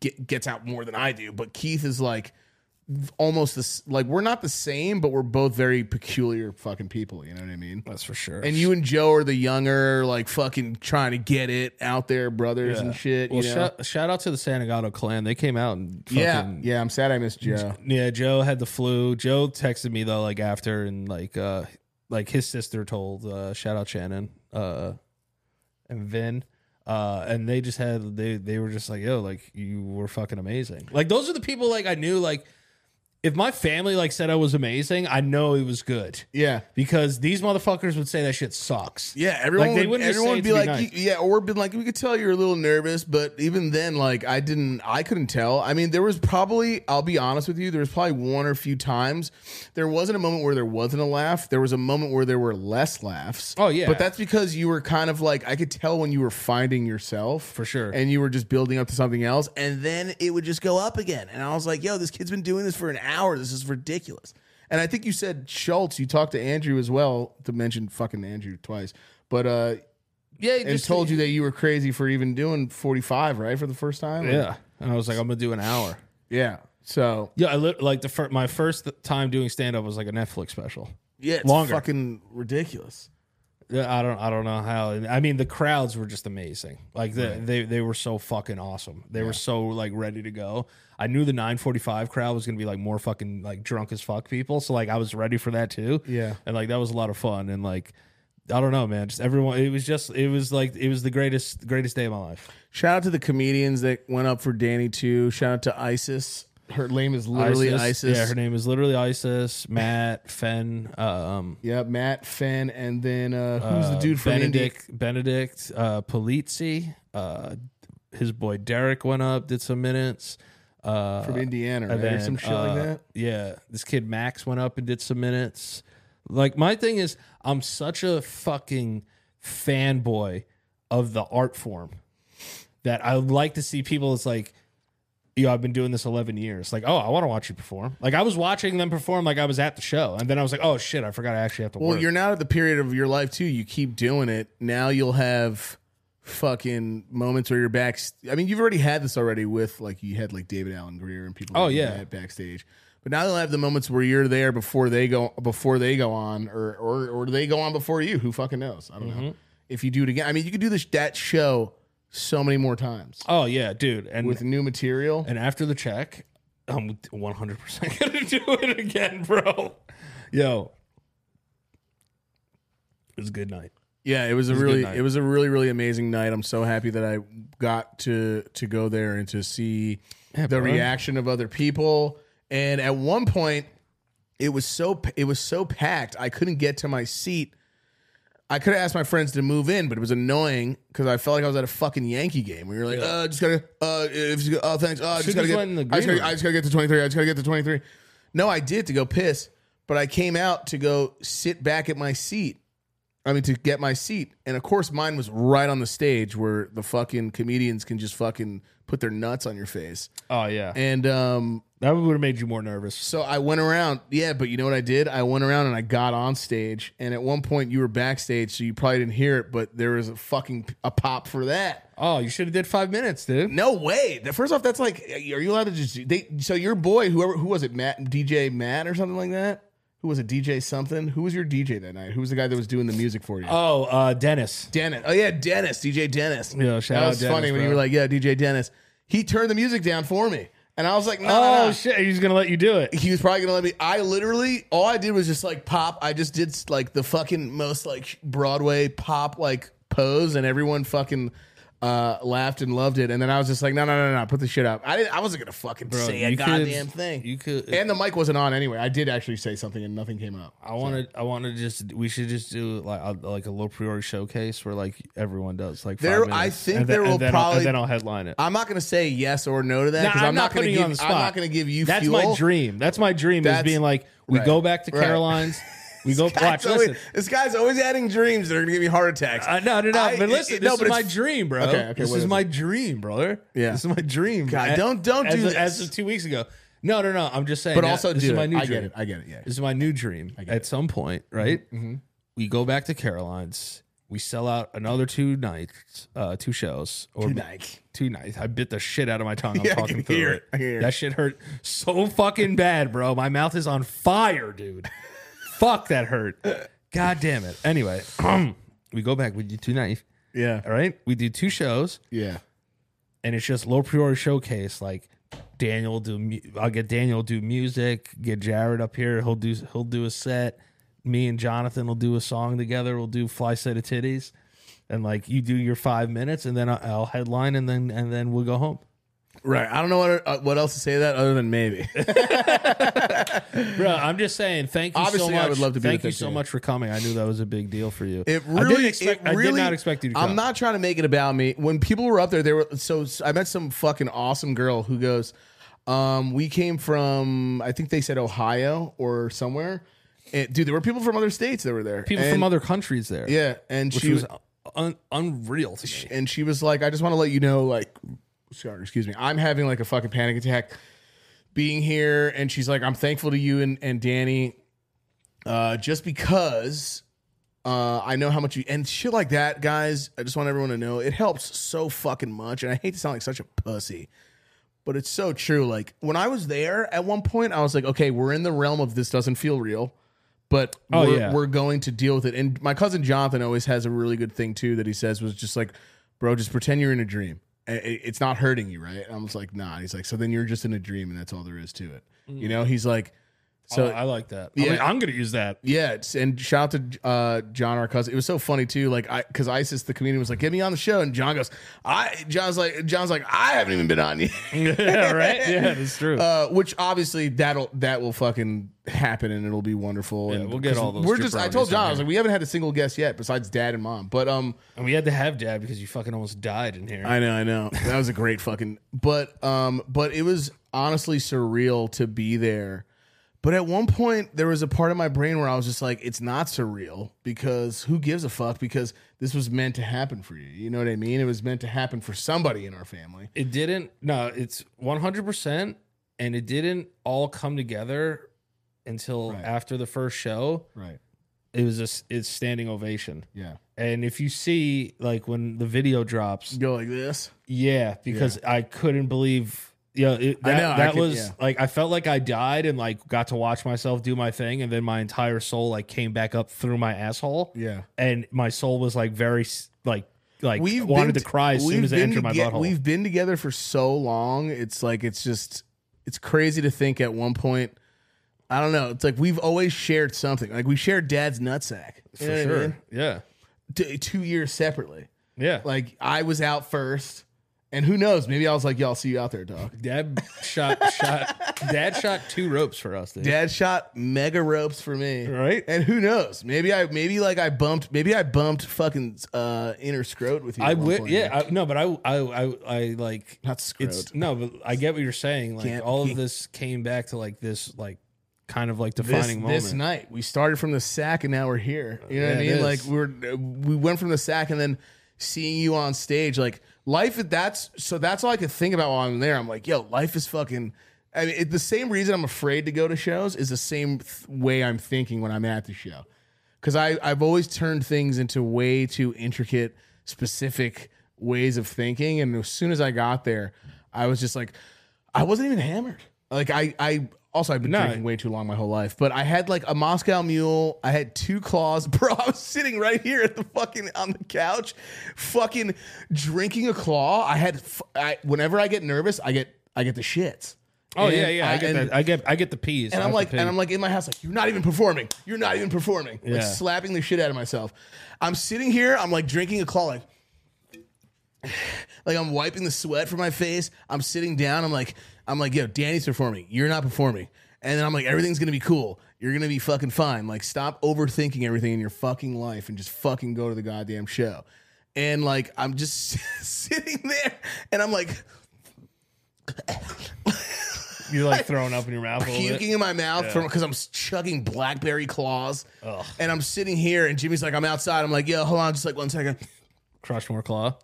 Speaker 3: get, gets out more than I do, but Keith is like almost this. Like we're not the same, but we're both very peculiar fucking people. You know what I mean?
Speaker 1: that's for sure.
Speaker 3: And you and Joe are the younger, like fucking trying to get it out there, brothers and shit.
Speaker 1: well,
Speaker 3: you know?
Speaker 1: shout, shout out to the Sanagato clan. They came out and fucking
Speaker 3: yeah, yeah. I'm sad I missed Joe.
Speaker 1: Yeah, Joe had the flu. Joe texted me though, like after, and like, uh, like his sister told. Uh, shout out Shannon, uh, and Vin. Uh, and they just had they they were just like yo like you were fucking amazing like those are the people like I knew like if my family like said I was amazing I know it was good
Speaker 3: Yeah.
Speaker 1: because these motherfuckers would say that shit sucks
Speaker 3: Yeah, everyone
Speaker 1: they
Speaker 3: would,
Speaker 1: wouldn't just
Speaker 3: everyone
Speaker 1: say
Speaker 3: would
Speaker 1: it to
Speaker 3: be
Speaker 1: be
Speaker 3: like,
Speaker 1: nice.
Speaker 3: yeah, or been like, we could tell you're a little nervous, but even then, like, I didn't, I couldn't tell. I mean, there was probably, I'll be honest with you, there was probably one or few times there wasn't a moment where there wasn't a laugh. There was a moment where there were less laughs.
Speaker 1: Oh, yeah.
Speaker 3: but that's because you were kind of like, I could tell when you were finding yourself
Speaker 1: For sure.
Speaker 3: and you were just building up to something else. And
Speaker 2: and then it would just go up again. And I was like, yo, this kid's been doing this for an hour. This is ridiculous.
Speaker 3: And I think you said Schultz. You talked to Andrew as well to mention fucking Andrew twice, but uh,
Speaker 1: yeah
Speaker 3: and told you that you were crazy for even doing 45, right, for the first time. Like,
Speaker 1: yeah and I was like I'm gonna do an hour
Speaker 3: yeah. So
Speaker 1: yeah I li- like the fir- my first time doing stand up was like a Netflix special
Speaker 3: yeah, it's
Speaker 1: Longer.
Speaker 3: fucking ridiculous.
Speaker 1: Yeah, I don't I don't know how. I mean, the crowds were just amazing. Like the, they they were so fucking awesome. They were so like ready to go. I knew the 945 crowd was going to be like more fucking like drunk as fuck people, so like I was ready for that too.
Speaker 3: Yeah.
Speaker 1: And like that was a lot of fun and like I don't know, man. Just everyone it was just it was like it was the greatest greatest day of my life.
Speaker 3: Shout out to the comedians that went up for Danny too. Shout out to Isis. Her name is literally Isis.
Speaker 1: Yeah, her name is literally Isis, Matt, Fenn, um
Speaker 3: Yeah, Matt Fenn, and then uh, who's the dude from Indy?
Speaker 1: Benedict Benedict uh, Polizzi. Uh, his boy Derek went up, did some minutes. Uh,
Speaker 3: From Indiana, right?
Speaker 1: and
Speaker 3: or
Speaker 1: then,
Speaker 3: some shit
Speaker 1: uh,
Speaker 3: like that.
Speaker 1: Yeah, this kid Max went up and did some minutes. Like my thing is, I'm such a fucking fanboy of the art form that I like to see people. It's like. You know, I've been doing this 11 years. Like, oh, I want to watch you perform. Like, I was watching them perform. Like, I was at the show, and then I was like, oh shit, I forgot I actually have to.
Speaker 3: Well,
Speaker 1: work.
Speaker 3: you're now at the period of your life too. You keep doing it. Now you'll have fucking moments where you're back. I mean, you've already had this already with like you had like David Allen Greer and people.
Speaker 1: Oh,
Speaker 3: like
Speaker 1: yeah.
Speaker 3: that backstage. But now they'll have the moments where you're there before they go before they go on, or or or they go on before you. Who fucking knows? I don't
Speaker 1: Mm-hmm.
Speaker 3: know. If you do it again, I mean, you could do this that show so many more times
Speaker 1: oh yeah, dude. And
Speaker 3: with new material.
Speaker 1: And after the check, I'm 100% going to do it again, bro. Yo. It was a good night.
Speaker 3: Yeah, it was a
Speaker 1: a good
Speaker 3: really
Speaker 1: night.
Speaker 3: it was a really really amazing night. I'm so happy that I got to to go there and to see the
Speaker 1: bro.
Speaker 3: reaction of other people. And at one point, it was so p- it was so packed I couldn't get to my seat. I could have asked my friends to move in, but it was annoying because I felt like I was at a fucking Yankee game. We were like, uh, just gotta, uh, if you, oh, thanks, uh, just
Speaker 1: Should've just
Speaker 3: gotta get,
Speaker 1: went in the
Speaker 3: I just
Speaker 1: green
Speaker 3: gotta, I
Speaker 1: room.
Speaker 3: just gotta get to 23. I just gotta get to 23. No, I did to go piss, but I came out to go sit back at my seat. I mean, to get my seat. And of course, mine was right on the stage where the fucking comedians can just fucking put their nuts on your face.
Speaker 1: Oh, yeah.
Speaker 3: And um,
Speaker 1: that would have made you more nervous.
Speaker 3: so I went around. Yeah, but you know what I did? I went around and I got on stage. And at one point, you were backstage, so you probably didn't hear it, but there was a fucking a pop for that.
Speaker 1: Oh, you should have did five minutes, dude.
Speaker 3: No way. The- First off, that's like, are you allowed to just do- they? So your boy, whoever, who was it, Matt, DJ Matt or something like that? Who was it, DJ something? Who was your DJ that night? Who was the guy that was doing the music for you?
Speaker 1: Oh, uh, Dennis.
Speaker 3: Dennis. Oh yeah, Dennis, DJ Dennis.
Speaker 1: Yeah, shout
Speaker 3: that
Speaker 1: out
Speaker 3: was
Speaker 1: Dennis,
Speaker 3: funny when
Speaker 1: bro.
Speaker 3: you were like, yeah, DJ Dennis. He turned the music down for me, and I was like, no, no,
Speaker 1: Oh,
Speaker 3: no.
Speaker 1: shit. He's going to let you do it.
Speaker 3: he was probably gonna let me. I literally, all I did was just like pop. I just did like the fucking most like Broadway pop like pose, and everyone fucking uh, laughed and loved it. And then I was just like, no, no, no, no, no, put the shit up. I didn't. I wasn't gonna fucking say a
Speaker 1: you could-
Speaker 3: goddamn thing.
Speaker 1: You could.
Speaker 3: and the mic wasn't on anyway. I did actually say something, and nothing came up.
Speaker 1: I want to. I want to just. We should just do like a, like a low priority showcase where like everyone does like. five
Speaker 3: There- I
Speaker 1: minutes.
Speaker 3: think
Speaker 1: And then-
Speaker 3: there will
Speaker 1: and then I'll-
Speaker 3: probably-
Speaker 1: and then I'll headline it.
Speaker 3: I'm not gonna say yes or no to that because
Speaker 1: Nah,
Speaker 3: I'm, not, gonna
Speaker 1: putting you
Speaker 3: give.
Speaker 1: on the
Speaker 3: I'm
Speaker 1: spot.
Speaker 3: not gonna give you.
Speaker 1: That's
Speaker 3: fuel.
Speaker 1: my dream. That's my dream
Speaker 3: That's-
Speaker 1: is being like we
Speaker 3: right,
Speaker 1: go back to
Speaker 3: right.
Speaker 1: Caroline's. We go watch.
Speaker 3: It's always-
Speaker 1: Listen,
Speaker 3: this guy's always adding dreams that are gonna give me heart attacks.
Speaker 1: uh, no, no, no.
Speaker 3: I-
Speaker 1: but listen,
Speaker 3: it-
Speaker 1: this
Speaker 3: no, but
Speaker 1: is my
Speaker 3: it's-
Speaker 1: dream, bro.
Speaker 3: Okay, okay,
Speaker 1: this
Speaker 3: what
Speaker 1: is
Speaker 3: is
Speaker 1: my dream, brother.
Speaker 3: Yeah.
Speaker 1: this is my dream.
Speaker 3: God,
Speaker 1: A-
Speaker 3: don't- don't
Speaker 1: as
Speaker 3: do
Speaker 1: of-
Speaker 3: this.
Speaker 1: As of two weeks ago. No, no, no. I'm just saying.
Speaker 3: But
Speaker 1: that
Speaker 3: also,
Speaker 1: this
Speaker 3: do
Speaker 1: is my
Speaker 3: it.
Speaker 1: new
Speaker 3: I
Speaker 1: dream.
Speaker 3: get it. I get it. Yeah.
Speaker 1: This is my new dream. At some point, right?
Speaker 3: Mm-hmm,
Speaker 1: We go back to Caroline's. We sell out another two nights, uh, two shows, or
Speaker 3: Two nights.
Speaker 1: Two nights. I bit the shit out of my tongue. I'm
Speaker 3: Yeah, I
Speaker 1: talking
Speaker 3: can
Speaker 1: through
Speaker 3: hear
Speaker 1: it.
Speaker 3: it. I can hear it.
Speaker 1: That shit hurt so fucking bad, bro. My mouth is on fire, dude. Fuck that hurt. God damn it. Anyway, we go back. We do two nights.
Speaker 3: Yeah.
Speaker 1: All right. We do two shows
Speaker 3: Yeah.
Speaker 1: and it's just low priority showcase. Like Daniel will do, mu- I'll get Daniel to do music. Get Jared up here. He'll do he'll do a set. Me and Jonathan will do a song together. We'll do fly set of titties, and like you do your five minutes, and then I- I'll headline, and then and then we'll go home.
Speaker 3: Right. I don't know what uh, what else to say to that other than maybe.
Speaker 1: Bro, I'm just saying. Thank you
Speaker 3: Obviously,
Speaker 1: so
Speaker 3: I
Speaker 1: much.
Speaker 3: would love to be
Speaker 1: Thank
Speaker 3: with
Speaker 1: you
Speaker 3: that
Speaker 1: so
Speaker 3: today.
Speaker 1: much for coming. I knew that was a big deal for you.
Speaker 3: It
Speaker 1: I
Speaker 3: really,
Speaker 1: didn't expect.
Speaker 3: it really,
Speaker 1: I did not expect you to come.
Speaker 3: I'm not trying to make it about me. When people were up there, they were so, so I met some fucking awesome girl who goes, um, "We came from, I think they said Ohio or somewhere." And, dude, there were people from other states that were there.
Speaker 1: People
Speaker 3: And-
Speaker 1: from other countries there.
Speaker 3: yeah, and
Speaker 1: which
Speaker 3: she was,
Speaker 1: was un- unreal to me.
Speaker 3: and she was like, "I just want to let you know, like, sorry, excuse me, I'm having like a fucking panic attack being here." And she's like, "I'm thankful to you and and Danny, uh, just because." Uh, I know how much you and shit like that, guys. I just want everyone to know it helps so fucking much. And I hate to sound like such a pussy, but it's so true. Like when I was there at one point, I was like, okay, we're in the realm of this doesn't feel real, but
Speaker 1: Oh,
Speaker 3: we're,
Speaker 1: yeah.
Speaker 3: we're going to deal with it. And my cousin Jonathan always has a really good thing too that he says was just like, bro, just pretend you're in a dream. I- I- It's not hurting you, right? And I was like, nah. He's like, so then you're just in a dream, and that's all there is to it. You know, he's like, so
Speaker 1: So Mm. Oh, I like that.
Speaker 3: Yeah.
Speaker 1: I am gonna use that.
Speaker 3: yeah, it's, and shout out to uh, John, our cousin. It was so funny too. Like, I because Isis, the comedian, was like, "Get me on the show," and John goes, "I." John's like, John's like, I haven't even been on yet.
Speaker 1: yeah, right. Yeah, that's true.
Speaker 3: Uh, which obviously that'll that will fucking happen, and it'll be wonderful. and
Speaker 1: we'll get
Speaker 3: 'cause
Speaker 1: all those
Speaker 3: We're just. I told
Speaker 1: jabronis
Speaker 3: John,
Speaker 1: on
Speaker 3: I was
Speaker 1: here.
Speaker 3: like, we haven't had a single guest yet besides Dad and Mom. But um,
Speaker 1: and we had to have dad because you fucking almost died in here.
Speaker 3: I know, I know. That was a great fucking but um but it was honestly surreal to be there. But at one point there was a part of my brain where I was just like it's not surreal because who gives a fuck because this was meant to happen for you. You know what I mean? It was meant to happen for somebody in our family.
Speaker 1: it didn't. No, it's 100, percent and it didn't all come together until
Speaker 3: Right.
Speaker 1: after the first show.
Speaker 3: Right.
Speaker 1: It was a s- it's standing ovation.
Speaker 3: Yeah.
Speaker 1: And if you see like when the video drops,
Speaker 3: Go like this.
Speaker 1: Yeah, because I couldn't believe. Yeah, it, that,
Speaker 3: know, I
Speaker 1: that
Speaker 3: could-
Speaker 1: was
Speaker 3: yeah.
Speaker 1: like I felt like I died and like got to watch myself do my thing, and then my entire soul like came back up through my asshole,
Speaker 3: Yeah.
Speaker 1: and my soul was like very s- like like wanted to cry as soon
Speaker 3: we've
Speaker 1: as I
Speaker 3: been
Speaker 1: entered my
Speaker 3: toge-
Speaker 1: butthole.
Speaker 3: We've been together for so long. It's like it's just it's crazy to think at one point. I don't know. It's like we've always shared something. Like we shared Dad's nutsack You know what I mean?
Speaker 1: yeah,
Speaker 3: T- two years separately.
Speaker 1: yeah. Like
Speaker 3: Like I was out first, and who knows? Maybe I was like, "Y'all see you out there, dog."
Speaker 1: dad shot shot dad shot two ropes for us. Dude.
Speaker 3: Dad shot mega ropes for me,
Speaker 1: Right.
Speaker 3: And who knows? Maybe I maybe like I bumped maybe I bumped fucking uh inner scrot with you.
Speaker 1: I
Speaker 3: at one
Speaker 1: would,
Speaker 3: point.
Speaker 1: yeah, I, no, but I, I, I, I like
Speaker 3: Not
Speaker 1: It's
Speaker 3: scrot.
Speaker 1: no, but I get what you're saying. Like
Speaker 3: Can't-
Speaker 1: all of
Speaker 3: can't-
Speaker 1: this came back to like this, like kind of like
Speaker 3: this,
Speaker 1: defining moment.
Speaker 3: this night we started from the sack and now we're here you know what i
Speaker 1: Yeah, it
Speaker 3: mean like
Speaker 1: is.
Speaker 3: we're we went from the sack and then seeing you on stage like life that's so that's all i could think about while i'm there i'm like yo life is fucking i mean it, the same reason i'm afraid to go to shows is the same th- way i'm thinking when i'm at the show because i i've always turned things into way too intricate specific ways of thinking and as soon as i got there i was just like I wasn't even hammered. Like I, I also I've been
Speaker 1: No.
Speaker 3: drinking way too long my whole life, but I had like a Moscow Mule. I had two claws, bro. I was sitting right here at the fucking on the couch, fucking drinking a claw. I had. f- I, whenever I get nervous, I get I get the shits.
Speaker 1: Oh
Speaker 3: And
Speaker 1: yeah, yeah. I,
Speaker 3: I-
Speaker 1: get
Speaker 3: and-
Speaker 1: that. I get I get the peas.
Speaker 3: And
Speaker 1: I
Speaker 3: I'm
Speaker 1: have
Speaker 3: like,
Speaker 1: to
Speaker 3: and
Speaker 1: pee.
Speaker 3: I'm like in my house, like you're not even performing. You're not even performing. Like
Speaker 1: Yeah.
Speaker 3: slapping the shit out of myself. I'm sitting here. I'm like drinking a claw, like, like I'm wiping the sweat from my face. I'm sitting down. I'm like, I'm like, yo, Danny's performing. You're not performing. And then I'm like, everything's gonna be cool. You're gonna be fucking fine. Like, stop overthinking everything in your fucking life and just fucking go to the goddamn show. And like, I'm just sitting there, and I'm like.
Speaker 1: you're like throwing up in your mouth. A little
Speaker 3: puking
Speaker 1: bit.
Speaker 3: in my mouth from because I'm chugging blackberry claws, and I'm sitting here, and Jimmy's like, I'm outside. I'm like, yo, hold on, just like one second.
Speaker 1: Crush more claw.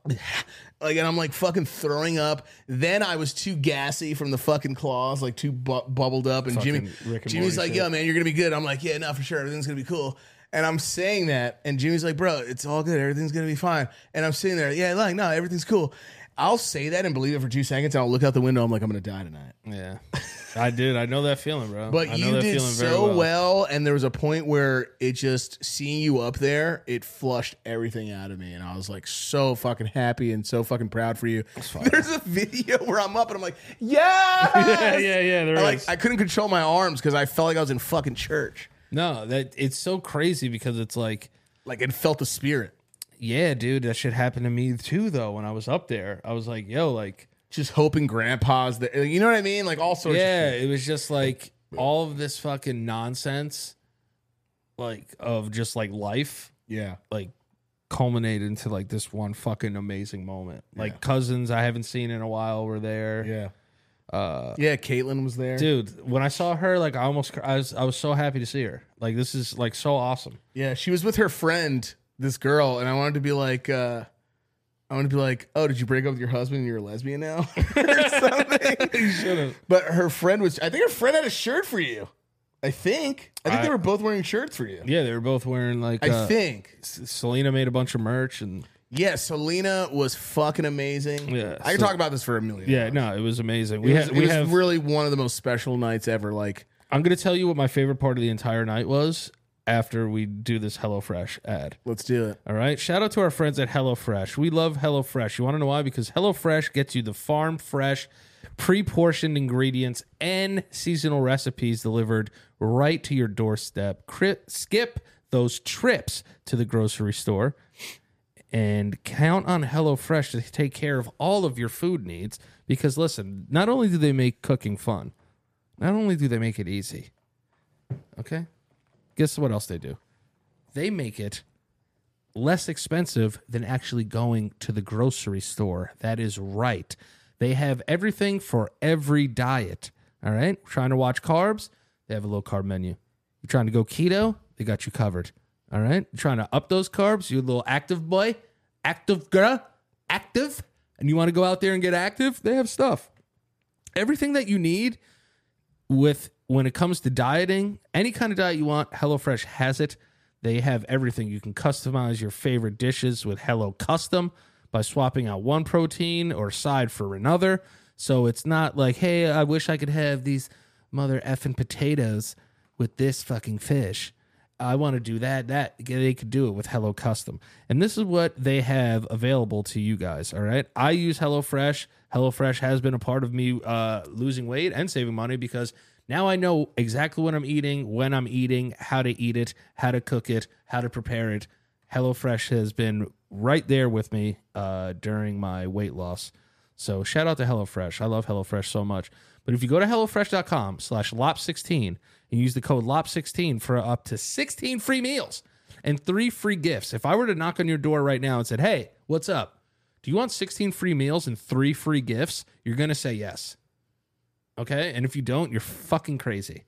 Speaker 3: Like, and I'm like fucking throwing up. Then I was too gassy from the fucking claws, like too bu- bubbled up. And Jimmy,
Speaker 1: Fucking Rick and
Speaker 3: Jimmy's
Speaker 1: Morty
Speaker 3: like,
Speaker 1: shit.
Speaker 3: yo, man, you're gonna be good. I'm like, yeah, no, for sure, everything's gonna be cool. And I'm saying that, and Jimmy's like, bro, it's all good, everything's gonna be fine. And I'm sitting there, yeah, like, no, everything's cool. I'll say that and believe it for two seconds, and I'll look out the window. I'm like, I'm gonna die tonight.
Speaker 1: Yeah, I did. I know that feeling, bro.
Speaker 3: But
Speaker 1: I know
Speaker 3: you
Speaker 1: that
Speaker 3: did
Speaker 1: feeling very
Speaker 3: so well. and there was a point where it just seeing you up there, it flushed everything out of me, and I was like so fucking happy and so fucking proud for you. There's a video where I'm up and I'm like, yes!
Speaker 1: Yeah, yeah, yeah. There
Speaker 3: I,
Speaker 1: is.
Speaker 3: like I couldn't control my arms because I felt like I was in fucking church.
Speaker 1: no, that it's so crazy because it's like
Speaker 3: Like it felt the spirit.
Speaker 1: yeah, dude, that shit happened to me too. Though when I was up there, I was like, yo, like
Speaker 3: Just hoping grandpa's there. You know what I mean? Like all sorts
Speaker 1: yeah,
Speaker 3: of shit.
Speaker 1: it was just like all of this fucking nonsense, like of just like life,
Speaker 3: Yeah.
Speaker 1: like culminated into like this one fucking amazing moment.
Speaker 3: Yeah.
Speaker 1: Like cousins I haven't seen in a while were there.
Speaker 3: Yeah.
Speaker 1: Uh,
Speaker 3: Yeah. Caitlin was there.
Speaker 1: dude, when I saw her, like I almost cr- I was I was so happy to see her. Like this is like so awesome.
Speaker 3: Yeah. She was with her friend, this girl, and I wanted to be like, uh, I wanted to be like, oh, did you break up with your husband and you're a lesbian now? or something. But her friend was, I think her friend had a shirt for you. I think. I think they
Speaker 1: I-
Speaker 3: were both wearing shirts for you.
Speaker 1: Yeah, they were both wearing like
Speaker 3: I
Speaker 1: uh,
Speaker 3: think.
Speaker 1: S- Selena made a bunch of merch and
Speaker 3: Yeah, Selena was fucking amazing.
Speaker 1: Yeah,
Speaker 3: I could
Speaker 1: so-
Speaker 3: talk about this for a million.
Speaker 1: yeah,
Speaker 3: hours.
Speaker 1: no, it was amazing.
Speaker 3: It
Speaker 1: We
Speaker 3: was,
Speaker 1: had
Speaker 3: it
Speaker 1: we
Speaker 3: was
Speaker 1: have
Speaker 3: really one of the most special nights ever. Like,
Speaker 1: I'm gonna tell you what my favorite part of the entire night was after we do this HelloFresh ad.
Speaker 3: let's do it.
Speaker 1: All right. Shout out to our friends at HelloFresh. We love HelloFresh. You want to know why? Because HelloFresh gets you the farm fresh, pre portioned ingredients and seasonal recipes delivered right to your doorstep. Cri- skip those trips to the grocery store and count on HelloFresh to take care of all of your food needs. Because listen, not only do they make cooking fun, not only do they make it easy, okay? Guess what else they do? They make it less expensive than actually going to the grocery store. That is right. They have everything for every diet. All right. Trying to watch carbs? They have a low carb menu. You're trying to go keto? They got you covered. All right. You're trying to up those carbs? You little active boy, active girl, active. And you want to go out there and get active? They have stuff. Everything that you need with when it comes to dieting, any kind of diet you want, HelloFresh has it. They have everything. You can customize your favorite dishes with Hello Custom by swapping out one protein or side for another. So it's not like, hey, I wish I could have these mother effing potatoes with this fucking fish. I want to do that. That they could do it with Hello Custom, and this is what they have available to you guys. All right, I use HelloFresh. HelloFresh has been a part of me uh, losing weight and saving money because now I know exactly what I'm eating, when I'm eating, how to eat it, how to cook it, how to prepare it. HelloFresh has been right there with me uh, during my weight loss. So shout out to HelloFresh. I love HelloFresh so much. But if you go to HelloFresh.com slash LOP16 and use the code LOP16 for up to 16 free meals and three free gifts. If I were to knock on your door right now and said, hey, what's up? Do you want 16 free meals and three free gifts? You're going to say yes. Okay? And if you don't, you're fucking crazy.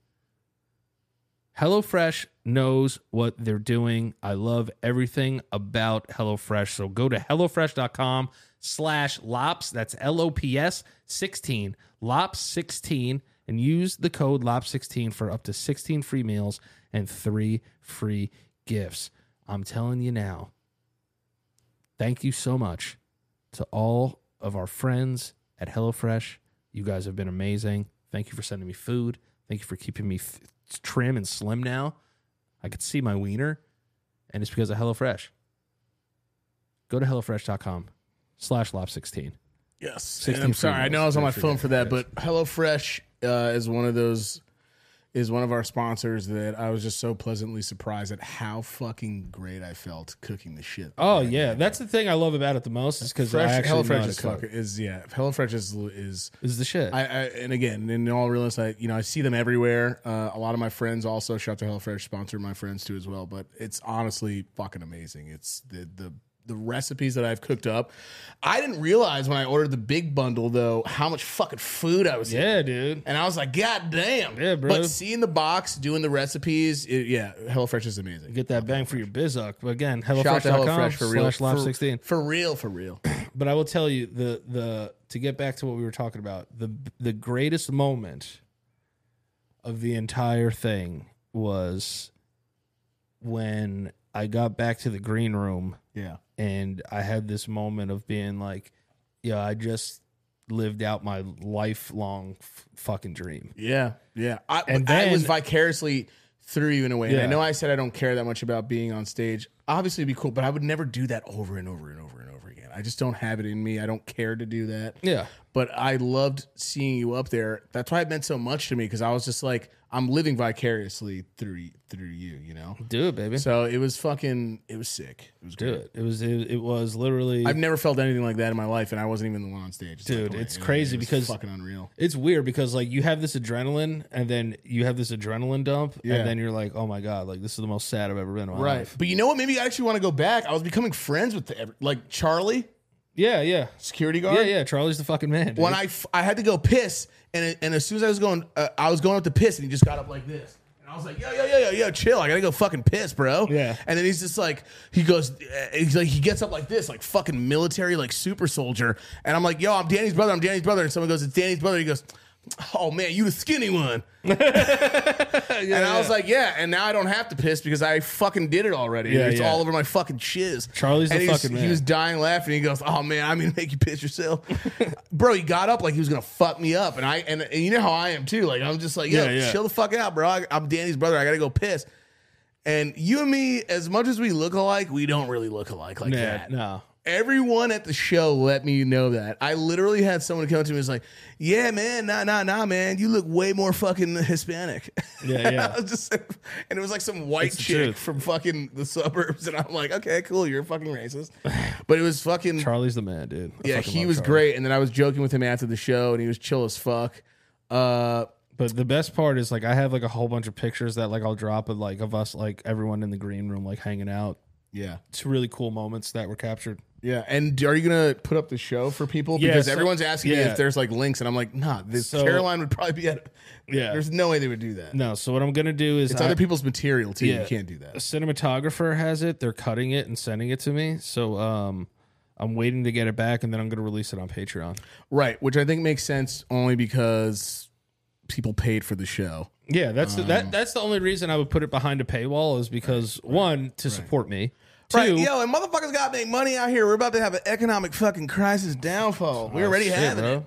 Speaker 1: HelloFresh knows what they're doing. I love everything about HelloFresh. So go to HelloFresh.com slash LOPS, that's L-O-P-S 16, LOPS 16, and use the code LOPS 16 for up to 16 free meals and three free gifts. I'm telling you now, thank you so much to all of our friends at HelloFresh. You guys have been amazing. Thank you for sending me food. Thank you for keeping me f- trim and slim now. I could see my wiener, and it's because of HelloFresh. Go to HelloFresh.com slash lop16.
Speaker 3: Yes.
Speaker 1: 16
Speaker 3: And I'm sorry.
Speaker 1: free
Speaker 3: I know I was on my
Speaker 1: meals.
Speaker 3: phone for that, but HelloFresh uh, is one of those is one of our sponsors that I was just so pleasantly surprised at how fucking great I felt cooking the shit.
Speaker 1: Oh, yeah. That's the thing I love about it the most is because
Speaker 3: Fresh HelloFresh is fucking is yeah. HelloFresh is is
Speaker 1: Is the shit.
Speaker 3: I, I and again in all realness, I you know I see them everywhere. Uh, a lot of my friends also shout to HelloFresh, sponsor my friends too as well. But it's honestly fucking amazing. It's the the the recipes that I've cooked up. I didn't realize when I ordered the big bundle though how much fucking food I was eating.
Speaker 1: yeah, dude.
Speaker 3: And I was like, God damn.
Speaker 1: Yeah, bro.
Speaker 3: But seeing the box, doing the recipes, it, yeah, HelloFresh is amazing.
Speaker 1: Get that bang for your bizuck. But again,
Speaker 3: Shout out to
Speaker 1: HelloFresh.com
Speaker 3: HelloFresh for real.
Speaker 1: slash lop16.
Speaker 3: For, for real, for real.
Speaker 1: but I will tell you the the to get back to what we were talking about the the greatest moment of the entire thing was when I got back to the green room
Speaker 3: Yeah.
Speaker 1: and I had this moment of being like, yeah, I just lived out my lifelong f- fucking dream.
Speaker 3: Yeah, yeah. I,
Speaker 1: And
Speaker 3: I was
Speaker 1: then-
Speaker 3: vicariously through you in a way. And I
Speaker 1: Yeah.
Speaker 3: know I said I don't care that much about being on stage. Obviously, it'd be cool, but I would never do that over and over and over and over again. I just don't have it in me. I don't care to do that.
Speaker 1: Yeah.
Speaker 3: but I loved seeing you up there. That's why it meant so much to me because I was just like, I'm living vicariously through through you, you know.
Speaker 1: Do it, baby.
Speaker 3: So it was fucking, it was sick. It was
Speaker 1: Do
Speaker 3: great.
Speaker 1: it. It was it, it was literally
Speaker 3: I've never felt anything like that in my life, and I wasn't even the one on stage. It's
Speaker 1: Dude,
Speaker 3: like, oh my
Speaker 1: it's
Speaker 3: God,
Speaker 1: crazy
Speaker 3: it was
Speaker 1: because-
Speaker 3: fucking unreal.
Speaker 1: it's weird because like you have this adrenaline and then you have this adrenaline dump
Speaker 3: Yeah.
Speaker 1: and then you're like, oh my god, like this is the most sad I've ever been in my
Speaker 3: Right,
Speaker 1: life.
Speaker 3: but you know what? Maybe I actually want to go back. I was becoming friends with the every- like Charlie,
Speaker 1: Yeah, yeah,
Speaker 3: security guard.
Speaker 1: yeah, yeah. Charlie's the fucking man. dude.
Speaker 3: When I, f- I had to go piss, and it- and as soon as I was going, uh, I was going up to piss, and he just got up like this. And I was like, yo, yo, yo, yo, yo, chill. I gotta go fucking piss, bro.
Speaker 1: Yeah.
Speaker 3: And then he's just like, he goes, uh, he's like, he gets up like this, like fucking military, like super soldier. And I'm like, yo, I'm Danny's brother. I'm Danny's brother. And someone goes, it's Danny's brother. He goes, oh man, you the skinny one. and I was like, yeah. And now I don't have to piss because I fucking did it already.
Speaker 1: Yeah,
Speaker 3: it's
Speaker 1: yeah.
Speaker 3: all over my fucking shiz.
Speaker 1: Charlie's
Speaker 3: and
Speaker 1: the
Speaker 3: he was-
Speaker 1: fucking
Speaker 3: He
Speaker 1: man.
Speaker 3: was dying laughing. He goes, "Oh man, I'm gonna make you piss yourself, bro." He got up like he was gonna fuck me up, and I and, and you know how I am too. Like I'm just like, yo,
Speaker 1: Yeah, yeah.
Speaker 3: chill the fuck out, bro. I, I'm Danny's brother. I gotta go piss. And you and me, as much as we look alike, we don't really look alike like
Speaker 1: Nah,
Speaker 3: that.
Speaker 1: no.
Speaker 3: Everyone at the show let me know that. I literally had someone come up to me and was like, "Yeah, man, nah, nah, nah, man, you look way more fucking Hispanic."
Speaker 1: Yeah, yeah.
Speaker 3: I was just, and it was like some white
Speaker 1: It's the
Speaker 3: chick
Speaker 1: truth.
Speaker 3: from fucking the suburbs, and I'm like, "Okay, cool, you're fucking racist," but it was fucking
Speaker 1: Charlie's the man, dude. I
Speaker 3: yeah.
Speaker 1: fucking
Speaker 3: He
Speaker 1: love
Speaker 3: was
Speaker 1: Charlie.
Speaker 3: great, and then I was joking with him after the show, and he was chill as fuck. Uh,
Speaker 1: But the best part is like I have like a whole bunch of pictures that like I'll drop of like of us like everyone in the green room like hanging out.
Speaker 3: yeah,
Speaker 1: It's really cool moments that were captured.
Speaker 3: yeah. And are you gonna put up the show for people
Speaker 1: Yeah,
Speaker 3: because
Speaker 1: so-
Speaker 3: everyone's asking me
Speaker 1: yeah.
Speaker 3: if there's like links, and I'm like, nah, this
Speaker 1: So-
Speaker 3: Caroline would probably be at.
Speaker 1: Yeah.
Speaker 3: There's no way they would do that.
Speaker 1: no, so what I'm gonna do is
Speaker 3: It's
Speaker 1: I-
Speaker 3: other people's material too.
Speaker 1: Yeah.
Speaker 3: You can't do
Speaker 1: a
Speaker 3: that.
Speaker 1: cinematographer has it. They're cutting it and sending it to me. So um I'm waiting to get it back and then I'm gonna release it on Patreon.
Speaker 3: Right, which I think makes sense only because people paid for the show.
Speaker 1: Yeah, that's the,
Speaker 3: Um,
Speaker 1: that that's the only reason I would put it behind a paywall is because one, to support me. Two,
Speaker 3: Right, yo, and motherfuckers gotta make money out here. We're about to have an economic fucking crisis downfall. We already
Speaker 1: shit,
Speaker 3: having
Speaker 1: bro.
Speaker 3: it.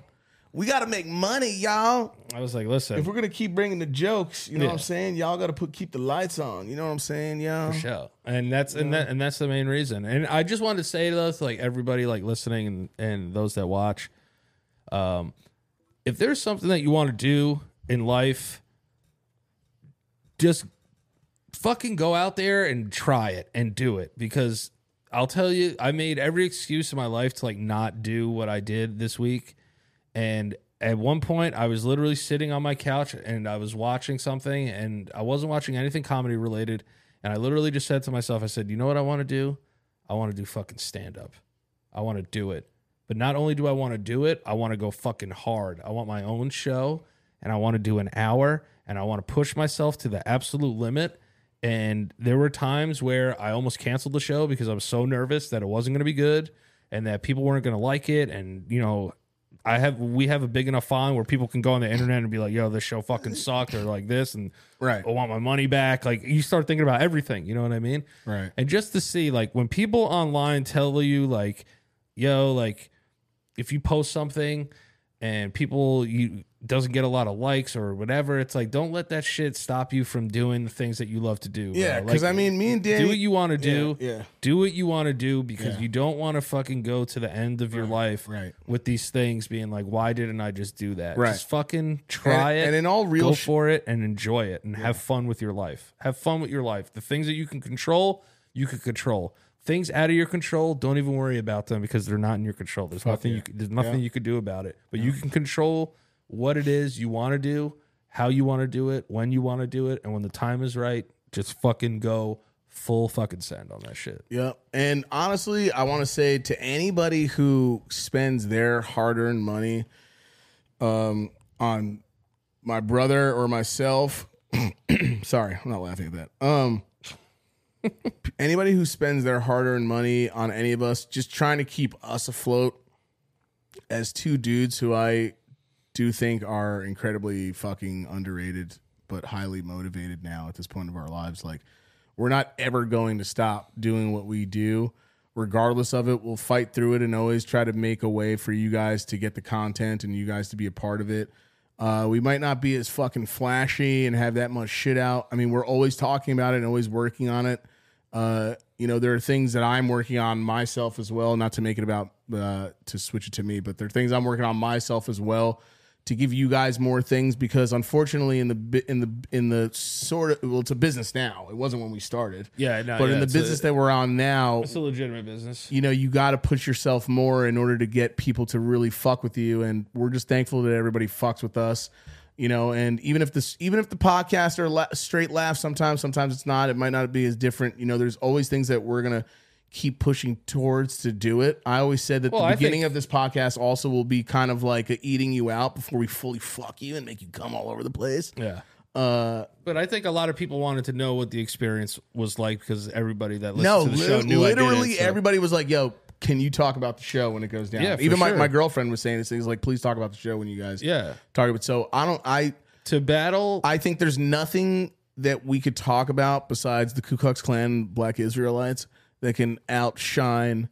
Speaker 3: We gotta make money, y'all.
Speaker 1: I was like, listen,
Speaker 3: If we're gonna keep bringing the jokes, you know
Speaker 1: Yeah.
Speaker 3: what I'm saying? Y'all gotta put keep the lights on. You know what I'm saying, y'all?
Speaker 1: show and that's and that and that's the main reason and i just wanted to say to those like everybody like listening and and those that watch um if there's something that you want to do in life just fucking go out there and try it and do it because i'll tell you i made every excuse in my life to like not do what i did this week and at one point, I was literally sitting on my couch and I was watching something, and I wasn't watching anything comedy related. And I literally just said to myself, I said, you know what I want to do? I want to do fucking stand up. I want to do it. But not only do I want to do it, I want to go fucking hard. I want my own show and I want to do an hour and I want to push myself to the absolute limit. And there were times where I almost canceled the show because I was so nervous that it wasn't going to be good and that people weren't going to like it. And, you know, I have we have a big enough following where people can go on the internet and be like, "Yo, this show fucking sucked," or like this, and
Speaker 3: Right.
Speaker 1: I want my money back. Like you start thinking about everything. You know what I mean?
Speaker 3: Right.
Speaker 1: And just to see, like, when people online tell you, like, "Yo, like, if you post something and people you doesn't get a lot of likes or whatever, it's like don't let that shit stop you from doing the things that you love to do. bro.
Speaker 3: Yeah,
Speaker 1: Like,
Speaker 3: because I mean me and Danny
Speaker 1: do what you want to do.
Speaker 3: yeah.
Speaker 1: Do what you want to do because you don't want to fucking go to the end of your life
Speaker 3: right.
Speaker 1: with these things being like, why didn't I just do that?
Speaker 3: Right.
Speaker 1: Just fucking try
Speaker 3: And-
Speaker 1: it.
Speaker 3: and in all real
Speaker 1: go
Speaker 3: sh-
Speaker 1: for it and enjoy it and have fun with your life. Have fun with your life. The things that you can control, you can control. Things out of your control, don't even worry about them because they're not in your control. There's nothing you can- there's nothing you could do about it. But you can control what it is you want to do, how you want to do it, when you want to do it, and when the time is right, just fucking go full fucking send on that shit.
Speaker 3: Yep. And honestly, I want to say to anybody who spends their hard earned money um, on my brother or myself, sorry, I'm not laughing at that. Um, anybody who spends their hard earned money on any of us, just trying to keep us afloat as two dudes who I do think are incredibly fucking underrated, but highly motivated now at this point of our lives. Like, we're not ever going to stop doing what we do regardless of it we'll fight through it and always try to make a way for you guys to get the content and you guys to be a part of it uh, we might not be as fucking flashy and have that much shit out i mean we're always talking about it and always working on it uh, you know, there are things that I'm working on myself as well. Not to make it about uh, to switch it to me, but there are things I'm working on myself as well to give you guys more things because unfortunately in the bi- in the in the sort of well it's a business now it wasn't when we started
Speaker 1: Yeah, no,
Speaker 3: but
Speaker 1: yeah,
Speaker 3: in the
Speaker 1: it's a-
Speaker 3: business that we're on now
Speaker 1: It's a legitimate business.
Speaker 3: you know, you got to push yourself more in order to get people to really fuck with you. And we're just thankful that everybody fucks with us, you know. And even if this, even if the podcasts are la- straight laughs, sometimes, sometimes it's not. It might not be as different. You know, there's always things that we're gonna keep pushing towards to do it. I always said that
Speaker 1: Well, I
Speaker 3: the beginning
Speaker 1: think-
Speaker 3: of this podcast also will be kind of like a eating you out before we fully fuck you and make you come all over the place.
Speaker 1: Yeah.
Speaker 3: Uh,
Speaker 1: But I think a lot of people wanted to know what the experience was like because everybody that listened
Speaker 3: no,
Speaker 1: to the
Speaker 3: lit-
Speaker 1: show knew
Speaker 3: literally
Speaker 1: I did it, so-
Speaker 3: everybody was like, "Yo, can you talk about the show when it goes down?"
Speaker 1: Yeah, for
Speaker 3: even my,
Speaker 1: sure.
Speaker 3: my girlfriend was saying this thing. Like, please talk about the show when you guys
Speaker 1: Yeah.
Speaker 3: talk about. So I don't. I
Speaker 1: To battle,
Speaker 3: I think there's nothing that we could talk about besides the Ku Klux Klan, Black Israelites, that can outshine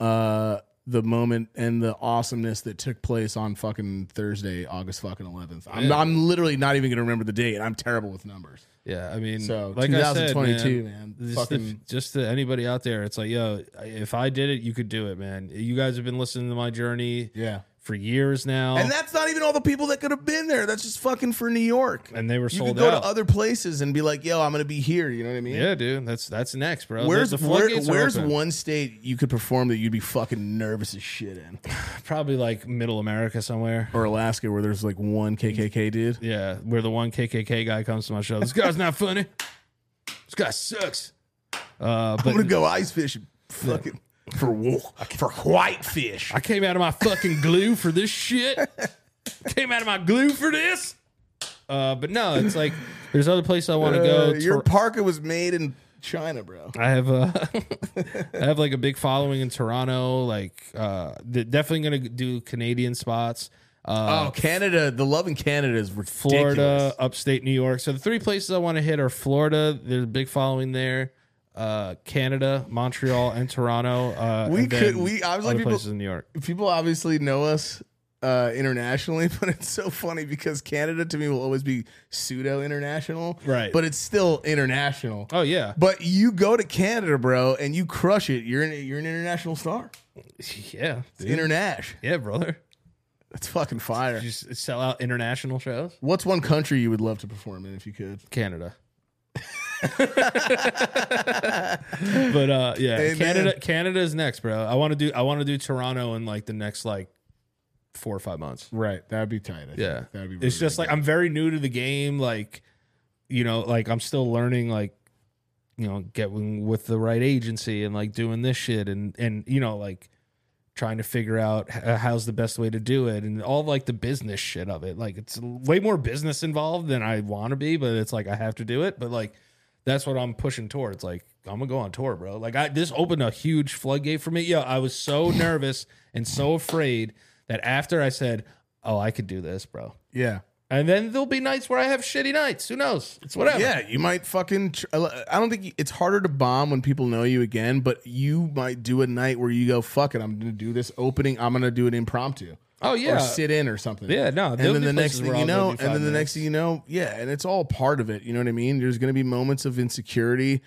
Speaker 3: uh, the moment and the awesomeness that took place on fucking Thursday, August fucking 11th. I'm,
Speaker 1: Yeah.
Speaker 3: I'm literally not even going to remember the date. I'm terrible with numbers.
Speaker 1: yeah, I mean,
Speaker 3: So
Speaker 1: like I said,
Speaker 3: 2022,
Speaker 1: man,
Speaker 3: man,
Speaker 1: Just,
Speaker 3: fucking.
Speaker 1: to, just to anybody out there, it's like, yo, if I did it, you could do it, man. You guys have been listening to my journey
Speaker 3: yeah.
Speaker 1: for years now,
Speaker 3: And that's not even all the people that could have been there. That's just fucking for New York.
Speaker 1: and they were
Speaker 3: you
Speaker 1: sold
Speaker 3: could go
Speaker 1: out.
Speaker 3: to other places and be like, "Yo, I'm gonna be here." You know what I mean?
Speaker 1: yeah, dude, that's that's next, bro. The-
Speaker 3: Where's
Speaker 1: the
Speaker 3: where,
Speaker 1: floodgates are
Speaker 3: where's
Speaker 1: open.
Speaker 3: one state you could perform that you'd be fucking nervous as shit in?
Speaker 1: Probably like Middle America somewhere.
Speaker 3: Or Alaska, where there's like one KKK dude.
Speaker 1: Yeah, where the one KKK guy comes to my show. This guy's not funny. This guy sucks. Uh,
Speaker 3: I'm gonna
Speaker 1: but
Speaker 3: go ice fishing, fucking for wolf, for white fish.
Speaker 1: I came out of my fucking glue for this shit. came out of my glue for this. Uh, but no, it's like there's other places I want to
Speaker 3: Uh,
Speaker 1: go.
Speaker 3: your
Speaker 1: Tor-
Speaker 3: parka was made in China, bro.
Speaker 1: I have uh, I have like a big following in Toronto. Like, uh, th- definitely gonna do Canadian spots. Uh,
Speaker 3: oh, Canada! The love in Canada is ridiculous.
Speaker 1: Florida, upstate New York. So the three places I want to hit are Florida. There's a big following there. Uh, Canada, Montreal, and Toronto. Uh,
Speaker 3: We
Speaker 1: and then
Speaker 3: could- we- I was like
Speaker 1: other
Speaker 3: people-
Speaker 1: places in New York.
Speaker 3: people obviously know us uh, internationally, but it's so funny because Canada to me will always be pseudo international,
Speaker 1: Right.
Speaker 3: But it's still international.
Speaker 1: Oh yeah,
Speaker 3: But you go to Canada, bro, and you crush it. You're an you're an international star.
Speaker 1: yeah, dude.
Speaker 3: Internash.
Speaker 1: yeah, brother.
Speaker 3: That's fucking fire.
Speaker 1: You s- sell out international shows.
Speaker 3: What's one country you would love to perform in if you could?
Speaker 1: Canada. but uh yeah,
Speaker 3: Amen.
Speaker 1: Canada Canada is next, bro. I want to do I want to do Toronto in like the next like 4 or 5 months.
Speaker 3: Right, that'd be tight.
Speaker 1: Yeah.
Speaker 3: that'd be.
Speaker 1: it's just like I'm very new to the game like you know, like I'm still learning like you know, getting with the right agency and like doing this shit and and you know like trying to figure out h- uh, how's the best way to do it and all like the business shit of it. Like it's way more business involved than I want to be, but it's like I have to do it. But like that's what I'm pushing towards. Like I'm gonna go on tour, bro. Like I this opened a huge floodgate for me. Yo, I was so nervous and so afraid that after I said, "Oh, I could do this, bro,"
Speaker 3: yeah,
Speaker 1: and then there'll be nights where I have shitty nights. Who knows? It's whatever.
Speaker 3: yeah. You might fucking. Tr- I don't think you- it's harder to bomb when people know you again, but you might do a night where you go, "Fuck it, I'm gonna do this opening. I'm gonna do it impromptu."
Speaker 1: Oh
Speaker 3: or
Speaker 1: yeah.
Speaker 3: sit in or something.
Speaker 1: Yeah, no,
Speaker 3: And
Speaker 1: there'll
Speaker 3: then
Speaker 1: be
Speaker 3: the
Speaker 1: places
Speaker 3: next thing
Speaker 1: where
Speaker 3: you
Speaker 1: I'll go
Speaker 3: know,
Speaker 1: do
Speaker 3: and
Speaker 1: five
Speaker 3: then the
Speaker 1: minutes.
Speaker 3: next thing you know, yeah, and it's all part of it. You know what I mean? There's going to be moments of insecurity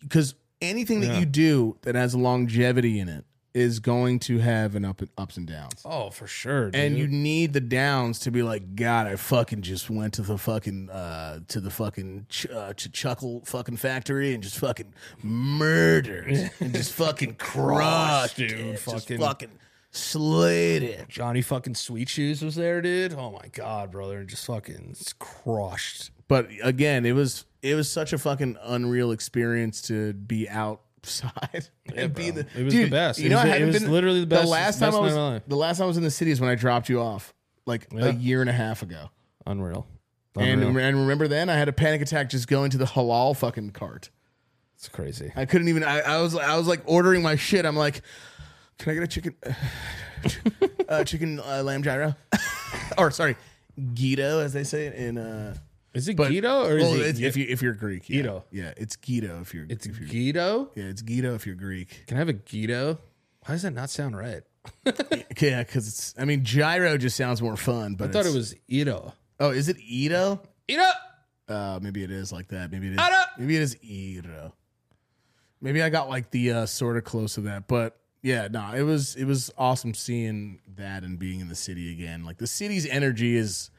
Speaker 3: because anything that you do that has longevity in it is going to have an up and ups and downs.
Speaker 1: Oh, for sure.
Speaker 3: And
Speaker 1: dude.
Speaker 3: you need the downs to be like, God, I fucking just went to the fucking uh, to the fucking ch- uh, ch- chuckle fucking factory and just fucking murdered and just fucking crushed,
Speaker 1: dude,
Speaker 3: it, just
Speaker 1: fucking-
Speaker 3: fucking slayed it.
Speaker 1: Johnny fucking Sweet Shoes was there, dude. Oh my god, brother, just fucking crushed.
Speaker 3: but again, it was it was such a fucking unreal experience to be outside and be
Speaker 1: bro.
Speaker 3: the
Speaker 1: It was
Speaker 3: dude,
Speaker 1: the best.
Speaker 3: You
Speaker 1: It
Speaker 3: know,
Speaker 1: was-
Speaker 3: I
Speaker 1: it
Speaker 3: hadn't
Speaker 1: was
Speaker 3: been
Speaker 1: literally the best-
Speaker 3: The last time
Speaker 1: best
Speaker 3: I
Speaker 1: night
Speaker 3: was
Speaker 1: of my life.
Speaker 3: the last time I was in the city is when I dropped you off like
Speaker 1: Yeah.
Speaker 3: a year and a half ago.
Speaker 1: Unreal.
Speaker 3: And
Speaker 1: Unreal.
Speaker 3: and remember then I had a panic attack just going to the halal fucking cart.
Speaker 1: it's crazy.
Speaker 3: I couldn't even. I, I was. I was like ordering my shit. I'm like, can I get a chicken, uh, chicken uh, lamb gyro, or sorry, gito as they say it in. Uh,
Speaker 1: Is it
Speaker 3: but-
Speaker 1: Guido or is
Speaker 3: well,
Speaker 1: it
Speaker 3: it's- if you if you're Greek? Yeah.
Speaker 1: Ghetto.
Speaker 3: Yeah, it's Guido if you're.
Speaker 1: It's
Speaker 3: if you're,
Speaker 1: Guido?
Speaker 3: yeah, it's Guido if you're Greek.
Speaker 1: Can I have a Guido? Why does that not sound right?
Speaker 3: Yeah, because it's. I mean, gyro just sounds more fun. But
Speaker 1: I thought it
Speaker 3: it's-
Speaker 1: was Ito.
Speaker 3: Oh, is it Edo?
Speaker 1: Ito.
Speaker 3: Uh, maybe it is like that. Maybe it is.
Speaker 1: Ito!
Speaker 3: Maybe it is Edo. Maybe I got like the uh, sort of close to that, but yeah, no, it was it was awesome seeing that and being in the city again. Like the city's energy is,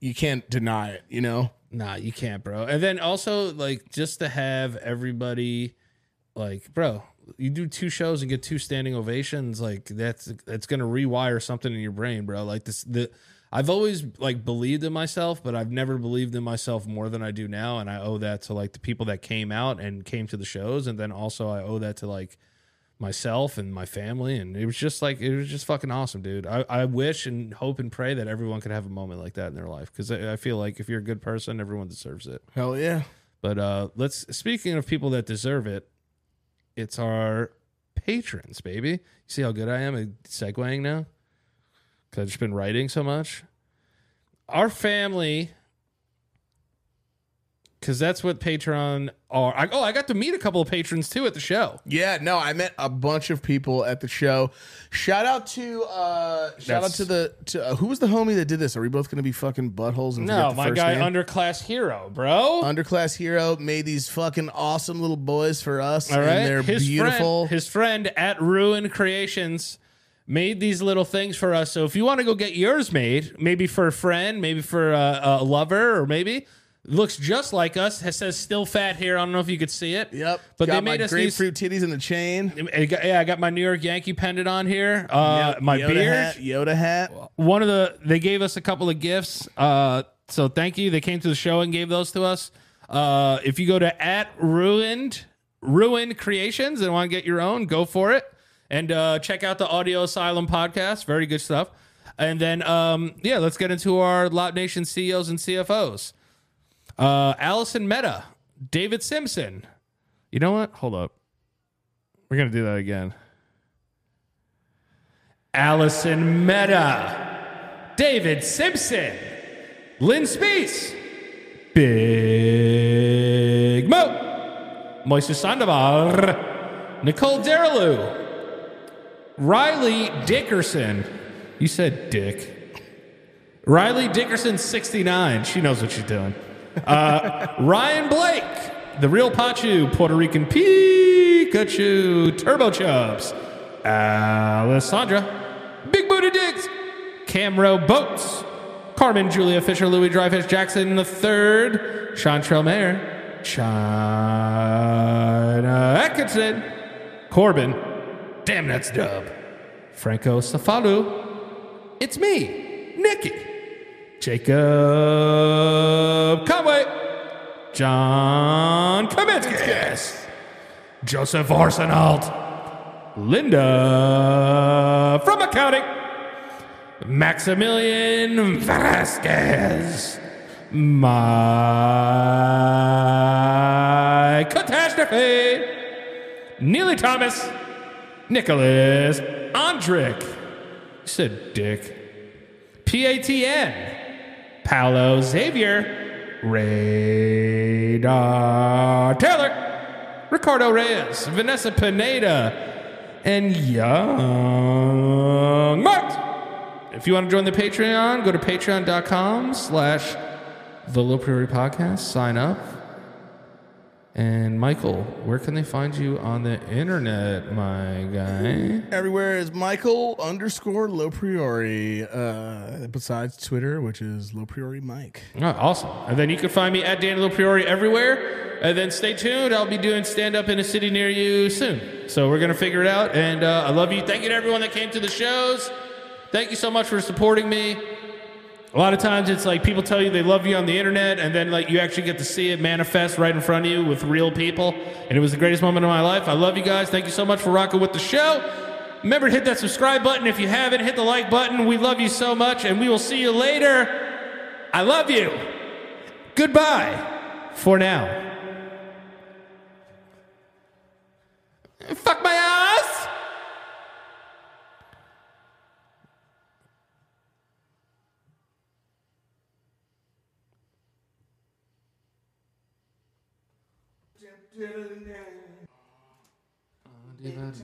Speaker 3: you can't deny it. You know,
Speaker 1: Nah, you can't, bro. And then also like just to have everybody like, bro, you do two shows and get two standing ovations, like that's that's gonna rewire something in your brain, bro. Like this the I've always like believed in myself, but I've never believed in myself more than I do now. And I owe that to like the people that came out and came to the shows, and then also I owe that to like myself and my family. And it was just like it was just fucking awesome, dude. I, I wish and hope and pray that everyone could have a moment like that in their life. Cause I, I feel like if you're a good person, everyone deserves it.
Speaker 3: hell yeah.
Speaker 1: But uh let's speaking of people that deserve it, it's our patrons, baby. You see how good I am at segueing now? Cause I've just been writing so much. Our family Cause that's what Patreon are. I, oh, I got to meet a couple of patrons too at the show.
Speaker 3: Yeah, no, I met a bunch of people at the show. Shout out to uh shout out
Speaker 1: That's-
Speaker 3: to the to uh, who was the homie that did this? Are we both going to be fucking buttholes? And forget
Speaker 1: No,
Speaker 3: the
Speaker 1: my
Speaker 3: first
Speaker 1: guy,
Speaker 3: name?
Speaker 1: underclass hero, bro.
Speaker 3: underclass hero made these fucking awesome little boys for us.
Speaker 1: All right,
Speaker 3: and they're
Speaker 1: his
Speaker 3: beautiful.
Speaker 1: Friend, his friend at Ruin Creations made these little things for us. So if you want to go get yours made, maybe for a friend, maybe for a, a lover, or maybe looks just like us. It says "still fat" here. I don't know if you could see it.
Speaker 3: yep,
Speaker 1: But
Speaker 3: Got
Speaker 1: they made
Speaker 3: my
Speaker 1: us these.
Speaker 3: grapefruit titties in the chain.
Speaker 1: I got- Yeah, I got my New York Yankee pendant on here. Uh, my
Speaker 3: Yoda
Speaker 1: beard
Speaker 3: hat, Yoda hat.
Speaker 1: one of the they gave us a couple of gifts uh so thank you they came to the show and gave those to us uh if you go to at ruined ruined creations and want to get your own go for it and uh check out the audio asylum podcast very good stuff and then um yeah let's get into our lot nation ceos and cfos uh allison meta david simpson you know what hold up we're gonna do that again Allison Meta, David Simpson, Lynn Spees, Big Mo, Moises Sandoval, Nicole Derelew, Riley Dickerson. You said Dick. Riley Dickerson, 69. She knows what she's doing. Uh, Ryan Blake, The Real Pachu, Puerto Rican Pikachu, Turbo Chubs, Alessandra, Big Booty Dicks, Camro Boats, Carmen Julia Fisher, Louis Dreyfus Jackson the Third, Chantrell Mayer, China Atkinson, Corbin, Damn That's Dub, Franco Safalu, It's Me, Nikki, Jacob Conway, John Kaminsky, Joseph Arsenault, Linda from accounting. Maximilian Vasquez. My catastrophe. Neely Thomas. Nicholas Andrick. You said dick. PATN. Paolo Xavier. Radar Taylor. Ricardo Reyes. Vanessa Pineda and Young Mark. If you want to join the Patreon, go to patreon.com slash the Low Priority Podcast. Sign up. And Michael, where can they find you on the internet, my guy?
Speaker 3: Everywhere is Michael underscore low priori. Uh, besides Twitter, which is low priori Mike.
Speaker 1: Oh, awesome. And then you can find me at Daniel Priori everywhere. And then stay tuned. I'll be doing stand up in a city near you soon. So we're going to figure it out. And uh, I love you. Thank you to everyone that came to the shows. Thank you so much for supporting me. A lot of times it's like people tell you they love you on the internet, and then like you actually get to see it manifest right in front of you with real people. And it was the greatest moment of my life. I love you guys. Thank you so much for rocking with the show. Remember to hit that subscribe button if you haven't. Hit the like button. We love you so much, and we will see you later. I love you. Goodbye for now. Fuck my ass.